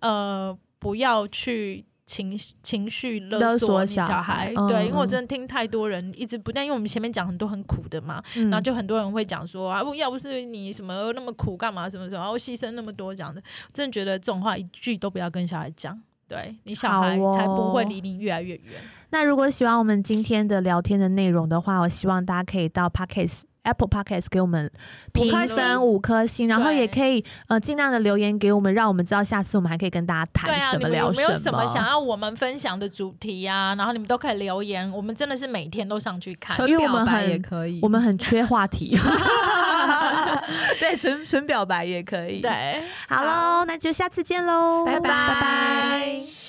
S2: 呃，不要去。情情绪勒
S1: 勒索
S2: 索你
S1: 小
S2: 小
S1: 孩
S2: 孩，
S1: 嗯
S2: 对，因为我
S1: 嗯
S2: 真的听太多人一直不但，因为我们前面讲很多很苦的嘛，
S1: 嗯，
S2: 然后就很多人会讲说啊，不要不是你什么那么苦干嘛什么什么，然后牺牲那么多这样的，真的觉得这种话一句都不要跟小孩讲。对你小孩
S1: 好哦
S2: 才不会离你越来越远。
S1: 那如果喜欢我们今天的聊天的内容的话，我希望大家可以到 Podcast。Apple Podcast 给我们评
S3: 颗
S1: 分
S2: 星
S1: 五颗星，然后
S2: 对
S1: 也可以呃尽量的留言给我们，让我们知道下次我们还可以跟大家
S2: 对
S1: 谈
S2: 啊，
S1: 什
S2: 你
S1: 么
S2: 们有
S1: 聊
S2: 没有什么想
S1: 么。
S2: 要我们分享的主题啊？然后你们都可以留言，我们真的是每天都上去看。
S3: 纯
S1: 因为我们
S3: 表白
S1: 很
S3: 也可以，
S1: 我们很缺话题，对，纯纯表白也可以。
S2: 对，
S1: 好喽，那就下次见喽，
S3: 拜
S1: 拜拜。
S3: 拜。